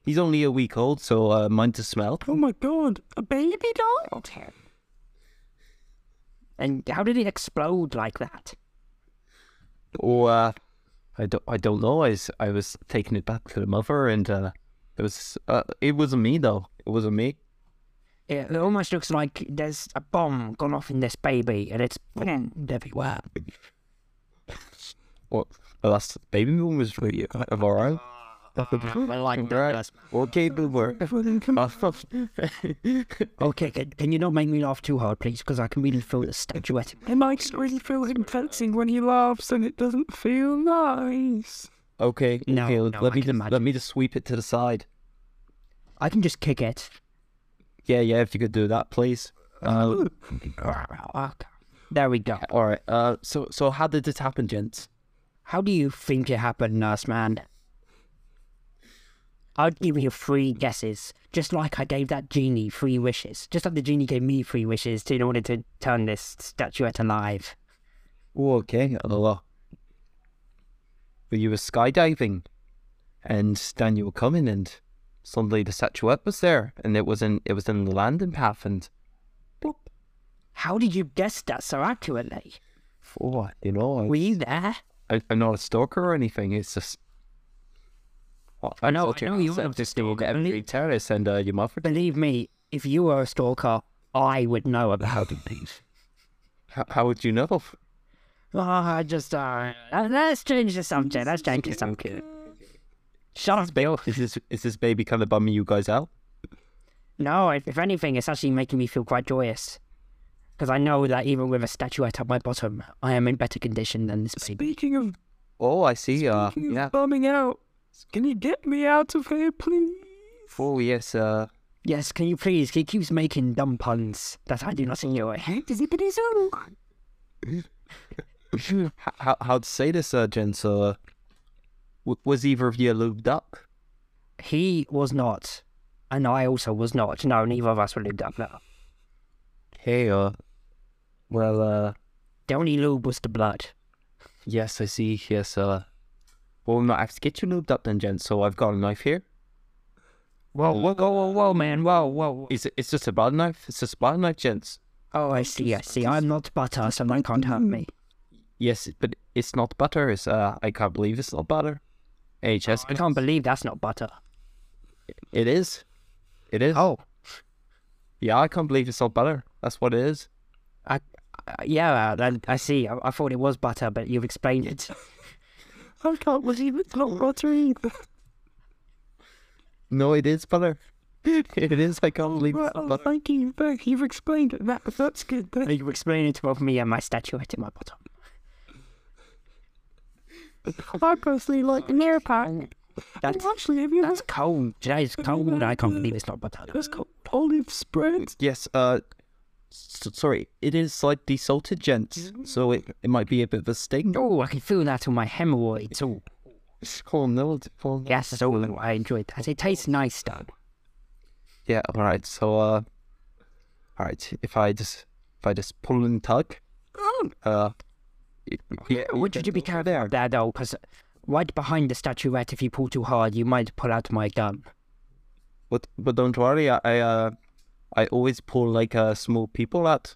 he's only a week old, so uh, mind to smell.
Oh my god, a baby doll?
And how did it explode like that?
Or uh, I don't, I don't know. I was, I was taking it back to the mother, and uh, it was, uh, it wasn't me though. It wasn't me.
It, it almost looks like there's a bomb gone off in this baby and it's everywhere.
What? Well, that's the baby boom was for you of our own.
I like
Right.
that.
Okay, boomer.
Okay, can, can you not make me laugh too hard, please? Because I can really feel the statuette.
It might really feel him flexing when he laughs and it doesn't feel nice.
okay.
No,
okay,
no,
let
I
me
can
just let
imagine.
me just sweep it to the side.
I can just kick it.
Yeah, yeah. If you could do that, please. Uh,
Okay. There we go.
all right. Uh, so so how did this happen, gents?
How do you think it happened, nurse man? I'll give you three guesses, just like I gave that genie three wishes. Just like the genie gave me three wishes to, in order to turn this statuette alive.
Oh, okay. Well, you were skydiving, and then you were coming, and suddenly the statuette was there, and it was in it was in the landing path, and
How did you guess that so accurately?
oh, I- you know, I,
Were you there?
I, I'm not a stalker or anything. It's just.
I know- I know you
have
love
to
this
still
game,
get
don't you?
every terrorist and uh, your mother.
Believe me, if you were a stalker, I would know about these.
How, how would you know?
Oh, I just, uh, let- let's change the subject. Let's change the subject. Shut up, Bill.
Is this is this baby kind of bumming you guys out?
No, if, if anything, it's actually making me feel quite joyous. Because I know that even with a statuette at my bottom, I am in better condition than this baby.
Speaking of
Oh, I see. Uh,
Speaking
yeah.
of bumming out, can you get me out of here, please?
Oh yes. Uh,
Yes, can you please? He keeps making dumb puns that I do not enjoy.
h- how how to say this, uh, gents? Uh, w- was either of you lubed up?
He was not, and I also was not. No, neither of us were lubed up. No.
Hey, uh, well, uh,
The only lube was the blood.
yes, I see. Yes, uh, well, we might have to get you lubed up then, gents. So I've got a knife here.
Whoa, whoa, whoa, whoa, whoa man, whoa, whoa.
It's it's just a butter knife. It's just a butter knife, gents.
Oh, I see, I see. I'm not butter, so that can't hurt me.
Yes, but It's not butter. It's uh, I can't believe it's not butter.
Oh,
HS.
I can't believe that's not butter.
It is. It is. Oh. Yeah, I can't believe it's not butter. That's what it is.
Uh, yeah, I, I see. I, I thought it was butter, but you've explained it.
I
Oh,
can't believe it's not butter either.
No, it is butter. it is. I can't believe it's not
Oh,
butter.
thank you, thank You've explained it. That, that's good. Thank
you explained it to both me and my statuette in my bottom.
I personally like the mirror pack.
That's,
Actually, have you
that's cold. Today's cold, and I can't believe it's not butter.
That's called olive spreads.
Yes. Uh, s- sorry. It is slightly salted, gents.
Mm-hmm.
So it, it might be a bit of a sting.
Oh, I can feel that on my hemorrhoids. Oh,
Oh no. it's- oh, no.
yes, so I enjoyed that. It tastes nice, though.
Yeah. All right. So uh, all right. If I just if I just pull and tug. Uh. it- Yeah.
Would Oh. you be careful
there?
of that, though? Because right behind the statuette, if you pull too hard, you might pull out my gun.
But but don't worry, I, I uh I always pull like uh small people out,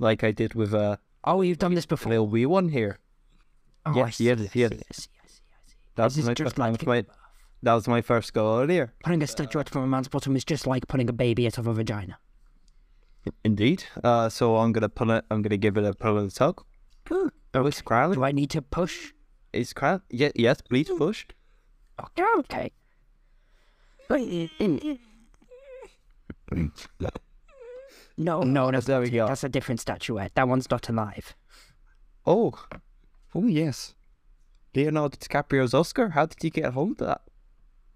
like I did with uh
Oh, you've done this before.
little wee one here.
Oh, I
yes, yes,
see, I
yes.
see, I see, I see.
That was
This is
my
just
first time
like-
with my, that was my first go earlier.
Putting a statuette from a man's bottom is just like putting a baby out of a vagina.
Indeed. Uh, so I'm gonna pull it. I'm gonna give it a pull and tug. Oh, it's
Do
crowded.
I need to push?
It's crowded. Yeah, yes, please
Hmm.
push.
Okay, okay. No, no, no.
There we go.
That's a different statuette. That one's not alive.
Oh, oh yes. Leonardo DiCaprio's Oscar. How did you get hold of that?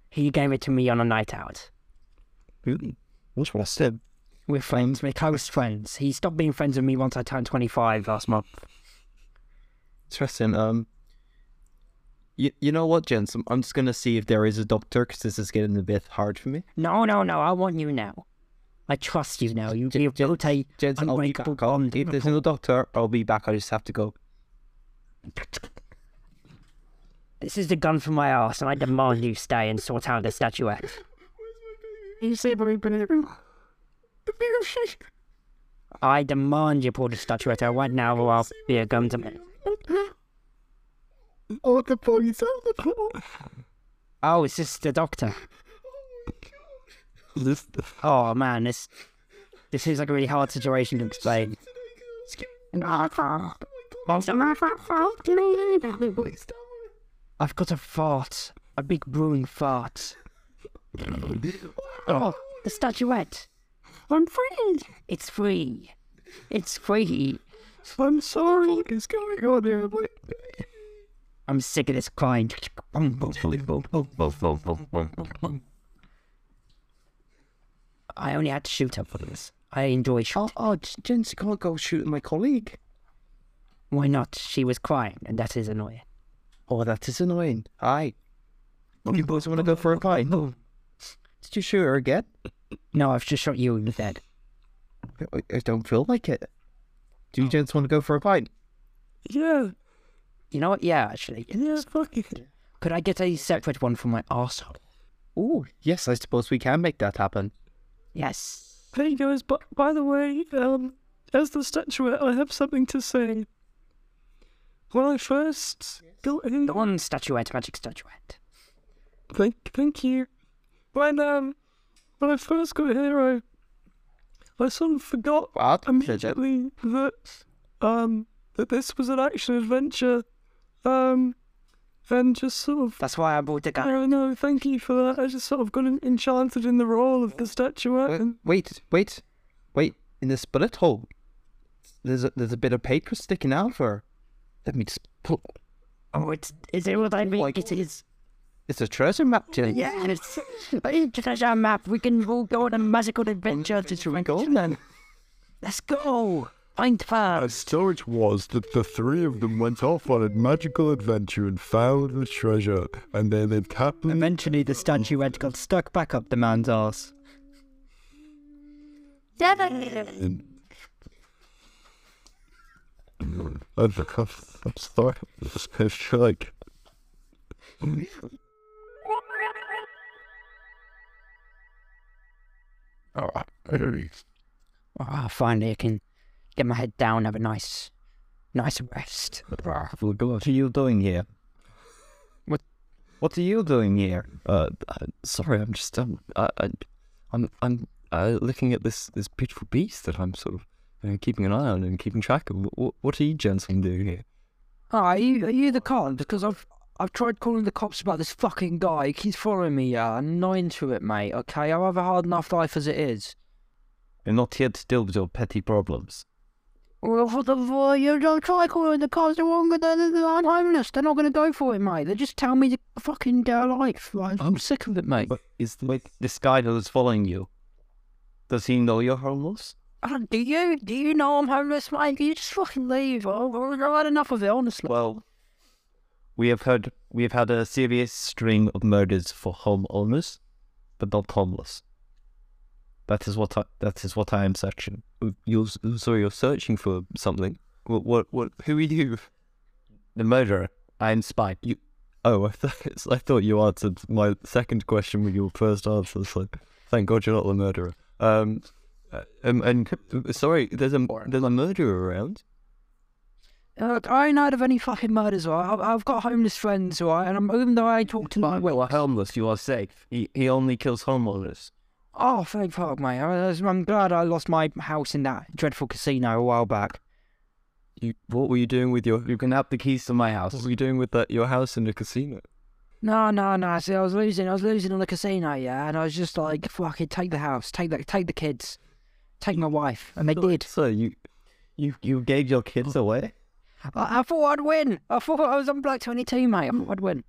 He gave it to me on a night out.
Really? What's what I said?
We're friends. We're close friends. He stopped being friends with me once I turned 25 last month.
Interesting. Um, you, you know what, gents? I'm, I'm just gonna see if there is a doctor because this is getting a bit hard for me.
No, no, no. I want you now. I trust you now. You, you built a
Gents, I'll be
unbreakable
back on. If there's no doctor, I'll be back. I just have to go.
This is the gun for my ass, and I demand you stay and sort out the statuette.
You say, but
I demand you pull the statuette out right now, or I'll be a gun to me.
Oh, the police are the police.
Oh, it's just the doctor.
This
Oh man, this this is like a really hard situation to explain. I've got a fart, a big brewing fart. Oh, the statuette.
I'm free.
It's free. It's free.
I'm sorry. What is going on here? What-
I'm sick of this crying. I only had to shoot up for this. I enjoy shooting.
oh, g- gents, you can't go shooting my colleague.
Why not? She was crying, and that is annoying.
Oh, that is annoying. Aye. You boys want to go for a pint? Did you shoot her again?
No, I've just shot you in the head.
I- I don't feel like it. Do
Oh.
you gents want to go for a pint?
Yeah.
You know what? Yeah, actually.
Yeah. Fuck it.
Could I get a separate one for my arsehole?
Oh, yes, I suppose we can make that happen.
Yes.
There you guys. But by the way, um, as the statuette, I have something to say. When I first built in,
The one statuette, magic statuette.
thank, thank you. When um, when I first got here, I, I sort of forgot
What?
immediately that um that this was an action adventure, um, and just sort of
That's why I bought the
I
gun.
don't know. Thank you for that. I just sort of got en- enchanted in the role of the statuette. And
Wait, wait, wait! In this bullet hole, there's a, there's a bit of paper sticking out of her. Let me just pull.
Oh, it's, is it what I mean?
Like-
it is.
It's a treasure map, Jenny.
Yeah, and it's it's a treasure map. We can all go on a magical adventure to
Should we go then?
Let's go. Find fur.
And so it was that the three of them went off on a magical adventure and found the treasure, and they lived happily.
Eventually, the statuette got stuck back up the man's ass.
in- I'm sorry. I feel like
Ah, finally, I can get my head down, have a nice Nice rest.
What are you doing here? What? What are you doing here? Uh, uh, sorry, I'm just um, I, I, I'm I'm uh, looking at this this beautiful beast that I'm sort of you know, keeping an eye on and keeping track of. What, what are you gentlemen doing here?
Oh, are you, are you the con? Because I've I've tried calling the cops about this fucking guy. He keeps following me. Yeah, I'm not into it, mate. Okay, I have a hard enough life as it is.
You're not here to deal with your petty problems.
Well, what the fuck? You don't try calling the cops. They're all gonna, they're all homeless. They're not gonna go for it, mate. They just tell me to fucking get a life. Like, I'm sick of it, mate.
But is the, wait, this guy that is following you? Does he know you're homeless?
Uh, do you do you know I'm homeless, mate? Can you just fucking leave? I've I've had enough of it, honestly.
Well, we have heard we have had a serious string of murders for homeowners, but not homeless. That is what I, that is what I am searching. You're sorry, you're searching for something. What what what? Who are you? The murderer. I am spy. You. Oh, I thought I thought you answered my second question with your first answer. So, thank God you're not the murderer. Um, uh, um and sorry, there's a there's a murderer around.
Look, Uh, I ain't heard of any fucking murders, all right? I've, I've got homeless friends, all right? And I'm, even though I ain't talked to them,
Well, a homeless, you are safe. He, he only kills homeowners.
oh, thank fuck, mate. I, I'm glad I lost my house in that dreadful casino a while back.
You, what were you doing with your?
You can have the keys to my house.
What were you doing with that? Your house in the casino?
No, no, no. See, I was losing. I was losing on the casino, yeah. And I was just like, fucking take the house, take the, take the kids, take my wife. And they did.
So you, you, you gave your kids away?
I, I thought I'd win. I thought I was on Black 22, mate. I thought I'd win.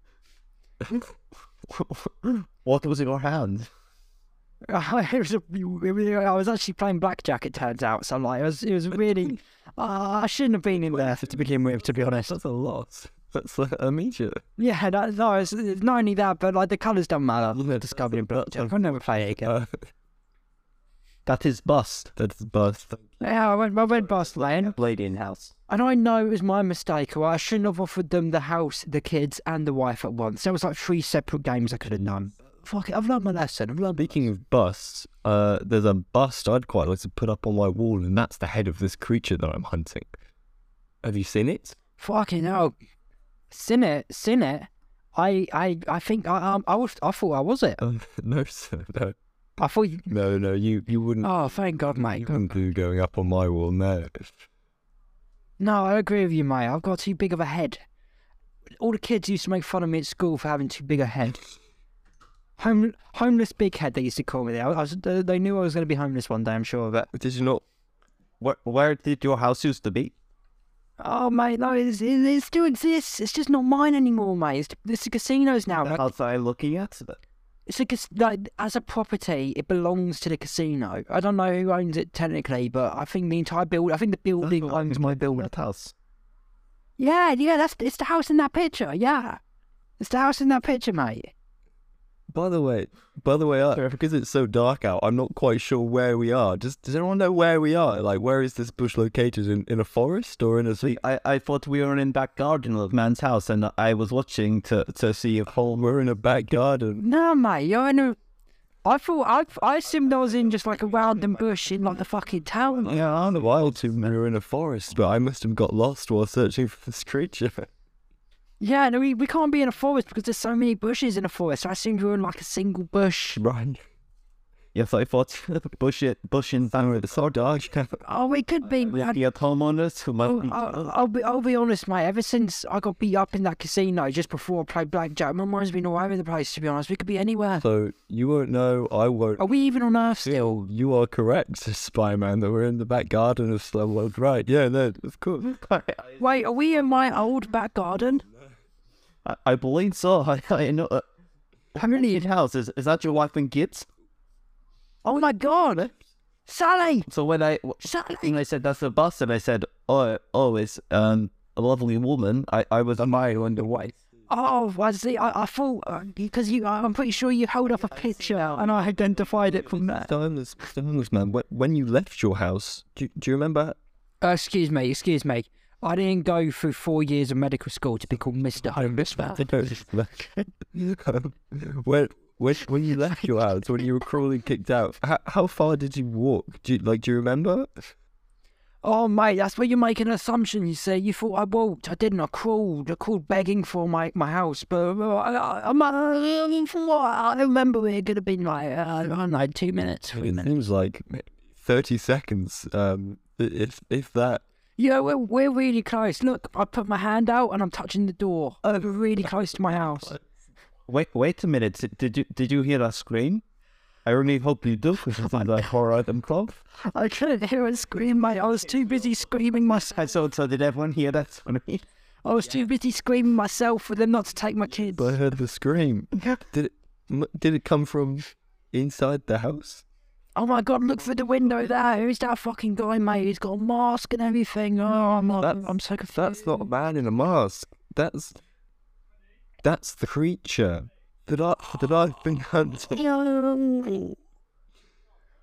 What was in your hand?
it was a, it was, I was actually playing blackjack. It turns out, so I'm like, it was, it was really. Uh, I shouldn't have been in there to begin with, to be honest.
That's a lot. That's uh, immediate.
Yeah, that, no, it's, it's not only that, but like the colours don't matter. I discovered in blackjack. I'll never play it again.
Uh, that is bust. That is bust.
yeah, I went, I went past Lane,
Lady in house.
and I know it was my mistake. Or I shouldn't have offered them the house, the kids, and the wife at once. There was like three separate games I could have done. Fuck it, I've learned my lesson. I've learned.
Speaking of busts, uh, there's a bust I'd quite like to put up on my wall, and that's the head of this creature that I'm hunting. Have you seen it?
Fucking hell, sin it, sin it. I, I, I think I, um, I was, I thought I was it.
Um, no, sir, no,
I thought you.
no, no. You you wouldn't.
Oh, thank God, mate.
you wouldn't do going up on my wall, no.
No, I agree with you, mate. I've got too big of a head. All the kids used to make fun of me at school for having too big a head. Home, homeless big head, they used to call me. I was, they they knew I was going to be homeless one day, I'm sure of it.
Did you not?
Where, where did your house used to be?
Oh, mate, no, it's, it, it still exists. It's just not mine anymore, mate. It's, it's the casinos now. Like,
Outside looking at it.
it's a, cas- like, as a property, it belongs to the casino. I don't know who owns it technically, but I think the entire build, I think the building owns my building.
house.
Yeah, yeah, that's it's the house in that picture. Yeah, it's the house in that picture, mate.
By the way, by the way, uh, because it's so dark out, I'm not quite sure where we are. Does Does anyone know where we are? Like, where is this bush located? In in a forest or in a sea?
I, I thought we were in back garden of man's house, and I was watching to to see if home.
We're in a back garden.
No, mate, you're in a. I thought I I assumed I was in just like a random bush in like the fucking town.
Yeah, I'm a wild two men are in a forest, but I must have got lost while searching for this creature.
Yeah, no, we, we can't be in a forest because there's so many bushes in a forest. I assumed we were in like a single bush.
Run.
Yes, I thought bush it, bush in summer. It's so dark.
Oh, we could be.
We
I-
have the homeowners who
Oh,
might. be-
I'll, I'll be I'll be honest, mate. Ever since I got beat up in that casino just before I played blackjack, my mind's been all over the place. To be honest, we could be anywhere.
So you won't know, I won't.
Are we even on Earth still?
You are correct, Spy Man, that we're in the back garden of Slow World. Right, yeah, no, of course.
Wait, are we in my old back garden?
I, I believe so. I, I know. Uh, how many in house is, is that your wife and kids?
Oh my god, Sally,
So when I
Sally.
and I said that's a bus, and I said, oh, oh, it's um a lovely woman. I I was admiring the wife.
Oh, I see. I, I thought uh, because you, I'm pretty sure you held up a picture and I identified it from there.
Timeless, timeless man, when, when you left your house, do, do you remember?
Uh, excuse me, excuse me. I didn't go through four years of medical school to be called Mister Homeless Man.
when, when, when you left your house, when you were crawling kicked out, how, how far did you walk? Do you, like, do you remember?
Oh, mate, that's where you're making an assumption. You say you thought I walked. I didn't. I crawled. I crawled begging for my, my house. But uh, I, I, I'm, uh, I remember it could have been like, uh, I don't know, two minutes, three
It
minutes.
seems like thirty seconds. Um, i- if if that.
Yeah, we're, we're really close. Look, I put my hand out and I'm touching the door. We're really close to my house.
Wait, wait a minute. Did- Did you did you hear us scream? I really hope you do, because it's like horror and clove.
I couldn't hear her scream, mate. I was too busy screaming myself.
And so, so did everyone hear that? I mean,
I was too busy screaming myself for them not to take my kids.
But I heard the scream. Did it? m- Did it come from inside the house?
Oh my god, look through the window there. Who's that fucking guy, mate? He's got a mask and everything. Oh, I'm, not,
That's-
I'm so confused.
That's not a man in a mask. That's that's the creature that I that I've been hunting.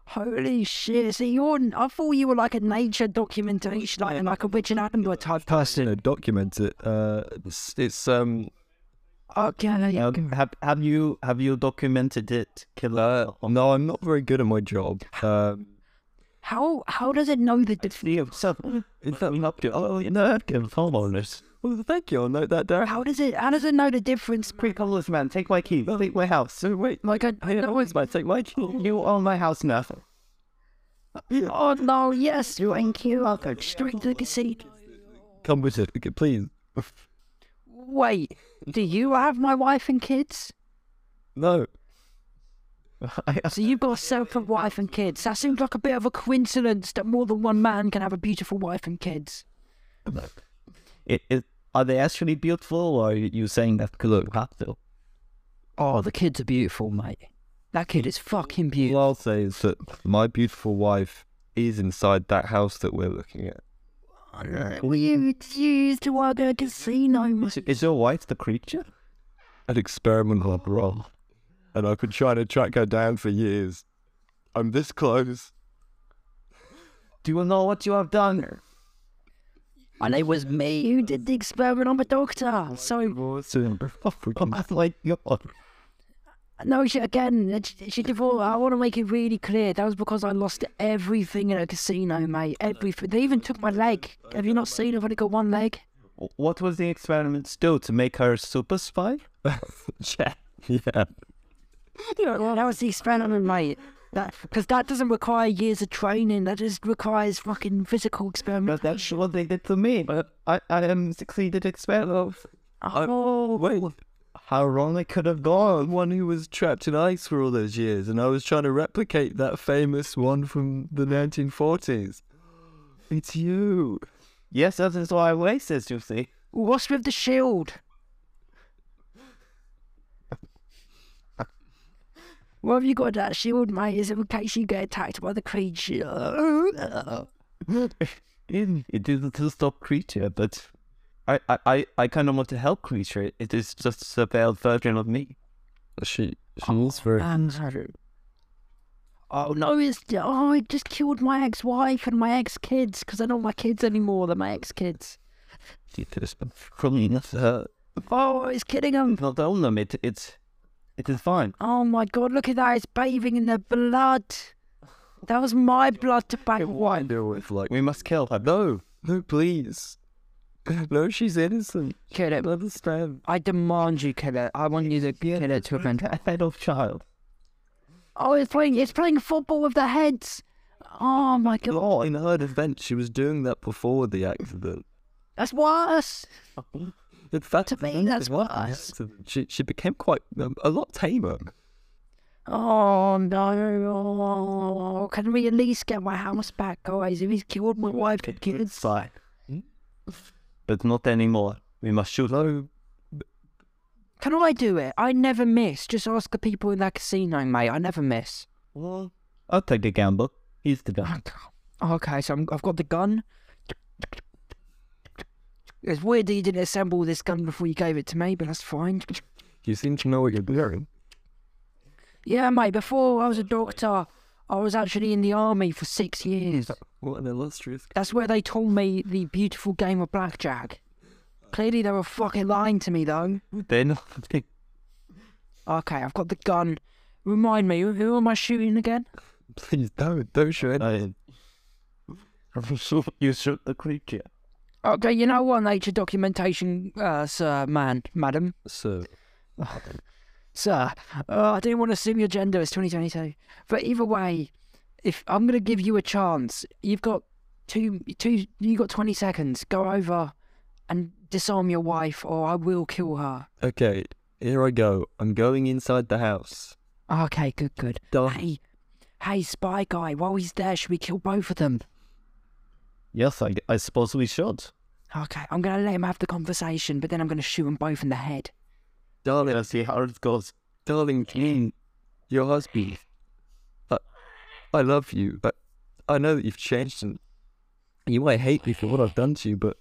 Holy shit. So you're, I thought you were like a nature documentation, like, like a Richard Attenborough type person.
No, document it. Uh, it's, it's um.
Okay, yeah.
um, have have you have you documented it, killer?
No, I'm not very good at my job. Um,
How, how does it know the
So,
is that
oh, you know, hold on, this.
Well, thank you. I'll note that down.
How does it? How does it know the difference?
Quick, homeless man, take my key, take my house. So wait,
Like I, I know it's-
my take my key. You own my house now.
Oh no! Yes, thank you. I'll go straight to the casino.
Come with it, okay, please.
Wait, do you have my wife and kids?
No,
So you've got a separate wife and kids. That seems like a bit of a coincidence that more than one man can have a beautiful wife and kids.
It, it, are they actually beautiful, or are you saying that killer have to?
Oh, the kids are beautiful, mate. That kid is fucking
all
beautiful.
I'll say is that my beautiful wife is inside that house that we're looking at.
We refused to work at a casino, mate.
Is, is your wife the creature?
An experiment lab role, and I've been trying to track her down for years. I'm this close.
Do you know what you have done?
And it was me who did the experiment. I'm a doctor, so
Oh my god!
No, she, again, she, she divorced. I want to make it really clear. That was because I lost everything in a casino, mate. Everything. They even took my leg. Have you not seen? I've only got one leg.
What was the experiments do to make her super spy?
yeah, yeah.
Well, that was the experiment, mate. Because that doesn't require years of training. That just requires fucking physical
But that's
experimentation.
what they did to me. But I, I am succeeded experiment.
Oh,
Wait,
How wrong I could have gone.
one who was trapped in ice for all those years, and I was trying to replicate that famous one from the 1940s. It's you.
Yes, that is why I wasted, you see.
what's with the shield? What have you got that shield, mate? Is it in case you get attacked by the creature?
In it is to stop creature, but I, I, I, I kind of want to help creature. It is just a veiled version of me.
She she is very.
Oh no, it's oh, it just killed my ex-wife and my ex-kids because they're not my kids anymore. They're my ex-kids.
It is probably not uh,
Oh, it's killing them.
not own them. It it's it is fine.
Oh my god, look at that! It's bathing in their blood. That was my blood to bathe.
Why do with like?
We must kill her.
No, no, please. No, she's innocent.
Kill it.
Understand?
I demand you kill it. I want you to kill it to prevent
I fed off child.
Oh, it's playing. It's playing football with their heads. Oh my god,
Oh, in her defense, she was doing that before the accident.
that's worse.
In fact,
To me, that's worse.
accident, she she became quite um, a lot tamer.
Oh no! Oh, can we at least get my house back, guys? If he's killed my wife and kids.
Fine. But not anymore. We must shoot her.
Can I do it? I never miss. Just ask the people in that casino, mate. I never miss.
Well, I'll take the gamble. He's the gun.
Okay, so I'm, I've got the gun. It's weird that you didn't assemble this gun before you gave it to me, but that's fine.
You seem to know what you're doing.
Yeah, mate, before I was a doctor, I was actually in the army for six years.
What an illustrious.
That's where they taught me the beautiful game of blackjack. Clearly, they were fucking lying to me, though.
They're not. They,
Okay, I've got the gun. Remind me, who who am I shooting again?
Please don't don't show it.
I, you shoot the creature.
Okay, you know what, nature documentation, uh, sir, man, madam,
So
sir. Uh, I didn't want to assume your gender. It's 2022. But either way, if I'm going to give you a chance, you've got two, two, you got 20 seconds. Go over and disarm your wife, or I will kill her.
Okay, here I go. I'm going inside the house.
Okay, good, good.
Done.
Hey, hey, spy guy, while he's there, should we kill both of them?
Yes, I, I suppose we should.
Okay, I'm going to let him have the conversation, but then I'm going to shoot them both in the head.
Darling, I see how it goes. Darling Jane, your husband. I, I love you. I, I know that you've changed and you might hate me for what I've done to you, but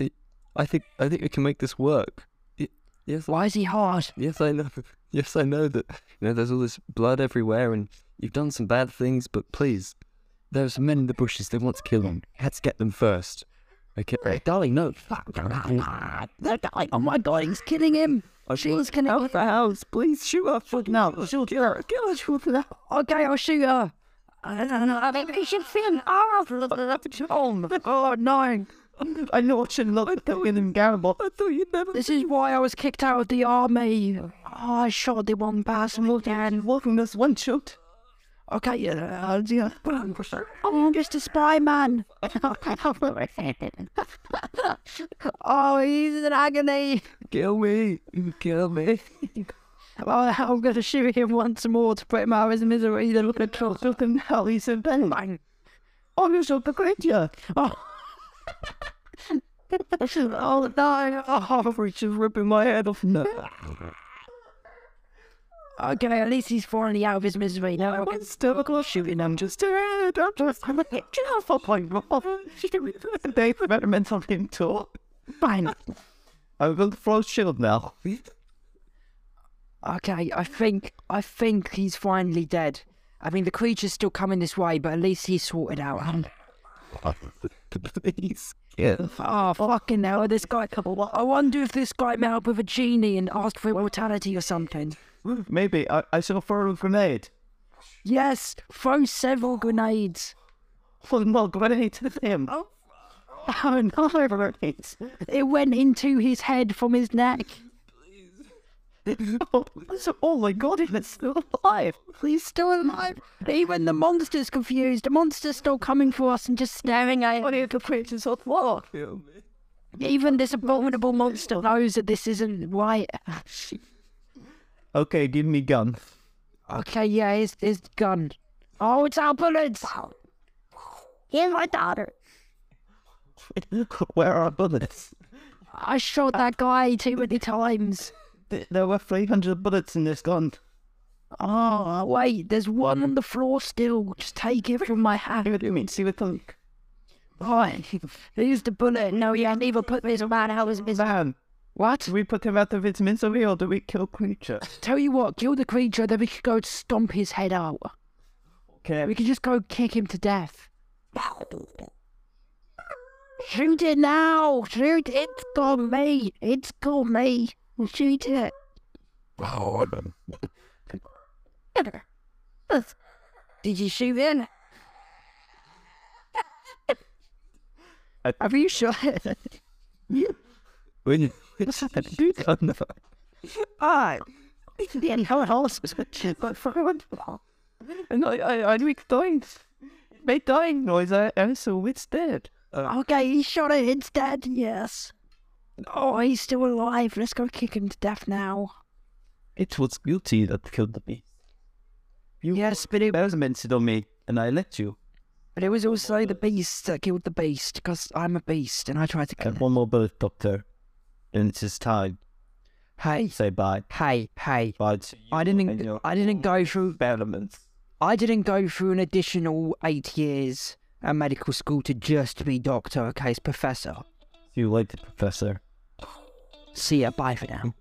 it, I think I think we can make this work. It, yes,
Why is he hard?
yes, I know. Yes, I know that you know there's all this blood everywhere, and you've done some bad things. But please, there's men in the bushes. They want to kill them. Let's get them first. Okay, darling, no.
That guy, oh my god, he's killing him. She was killing him.
the house. Please shoot her. Fucking no.
She'll
Kill her. Kill her. Shoot her.
Okay, I'll shoot her.
I don't know. I think we should film. Oh my god, no.
I know I shouldn't look at that in them gamble. I thought you'd never.
This is why I was kicked out of the army. Oh, I shot the one person again.
Walking this one Oh, shot.
Okay, yeah, uh, yeah. Oh, I'm just a spy man. oh, he's in agony.
Kill me, kill me.
Oh, I'm going to shoot him once more to put him out of his misery. They're looking
Shot something hell. He's a bang bang. Oh, you shot the creature. Oh. oh no! Oh, he's just ripping my head off. No.
Okay, at least he's finally out of his misery. Now I
I'm
can
still shooting. I'm just. I'm just. I'm like, you know, fuck my They experiments on him too.
fine.
I've got the flow shield now.
Okay, I think I think he's finally dead. I mean, the creature's still coming this way, but at least he's sorted out.
Please, yeah.
Oh, fucking hell, this guy. I wonder if this guy met up with a genie and asked for immortality or something.
Maybe I, I shall throw a grenade.
Yes, throw several grenades.
Full more grenades to him. Oh, no, grenades.
It went into his head from his neck.
Oh, so- oh my god, it's still alive.
He's still alive. Even the monster's confused. The monster's still coming for us and just staring at
What
it.
is the creature's on floor?
Even this abominable monster knows that this isn't right.
Okay, give me gun.
Okay, yeah, here's, here's the gun. Oh, it's our bullets.
Here's my daughter.
Where are our bullets?
I shot that guy too many times.
Th- There were 300 bullets in this gun.
Oh, wait, there's one on the floor still. Just take it from my hand.
What do you mean? See what the
Right. Here's the bullet. No, you haven't even put this man out of his misery.
Um,
Man,
What?
do we put him out of his misery or do we kill creature?
Tell you what, kill the creature, then we could go stomp his head out.
Okay,
We could just go kick him to death. Shoot it now! Shoot it! It's got me! It's got me! Shoot it!
wow,
Did you shoot in? Have you shot it?
When you gun,
Ah, yeah, how it all but for one and I, I, I make dying, make dying noise. I, I'm so it's dead.
Okay, he shot it instead, yes. Oh, he's still alive. Let's go kick him to death now.
it was guilty that killed the beast.
yes, but it,
Experimented on me, and I let you.
but it was also the beast that killed the beast, because I'm a beast and I tried to kill
And
him.
one more bullet, doctor. And it's his time.
Hey,
Say bye.
hey, hey.
Bye to you
I
and
didn't.
your
I didn't go through.
experiments.
I didn't go through an additional eight years at medical school to just be doctor. Okay, it's professor.
You like the professor.
See ya. Bye for now.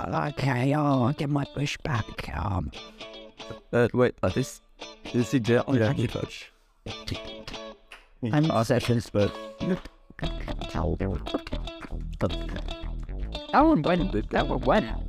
Okay. Oh, I get my bush back. Um.
Uh, wait, uh, this is he dead? Yeah, he touch.
I'm
sessions, but
That one went. That one went.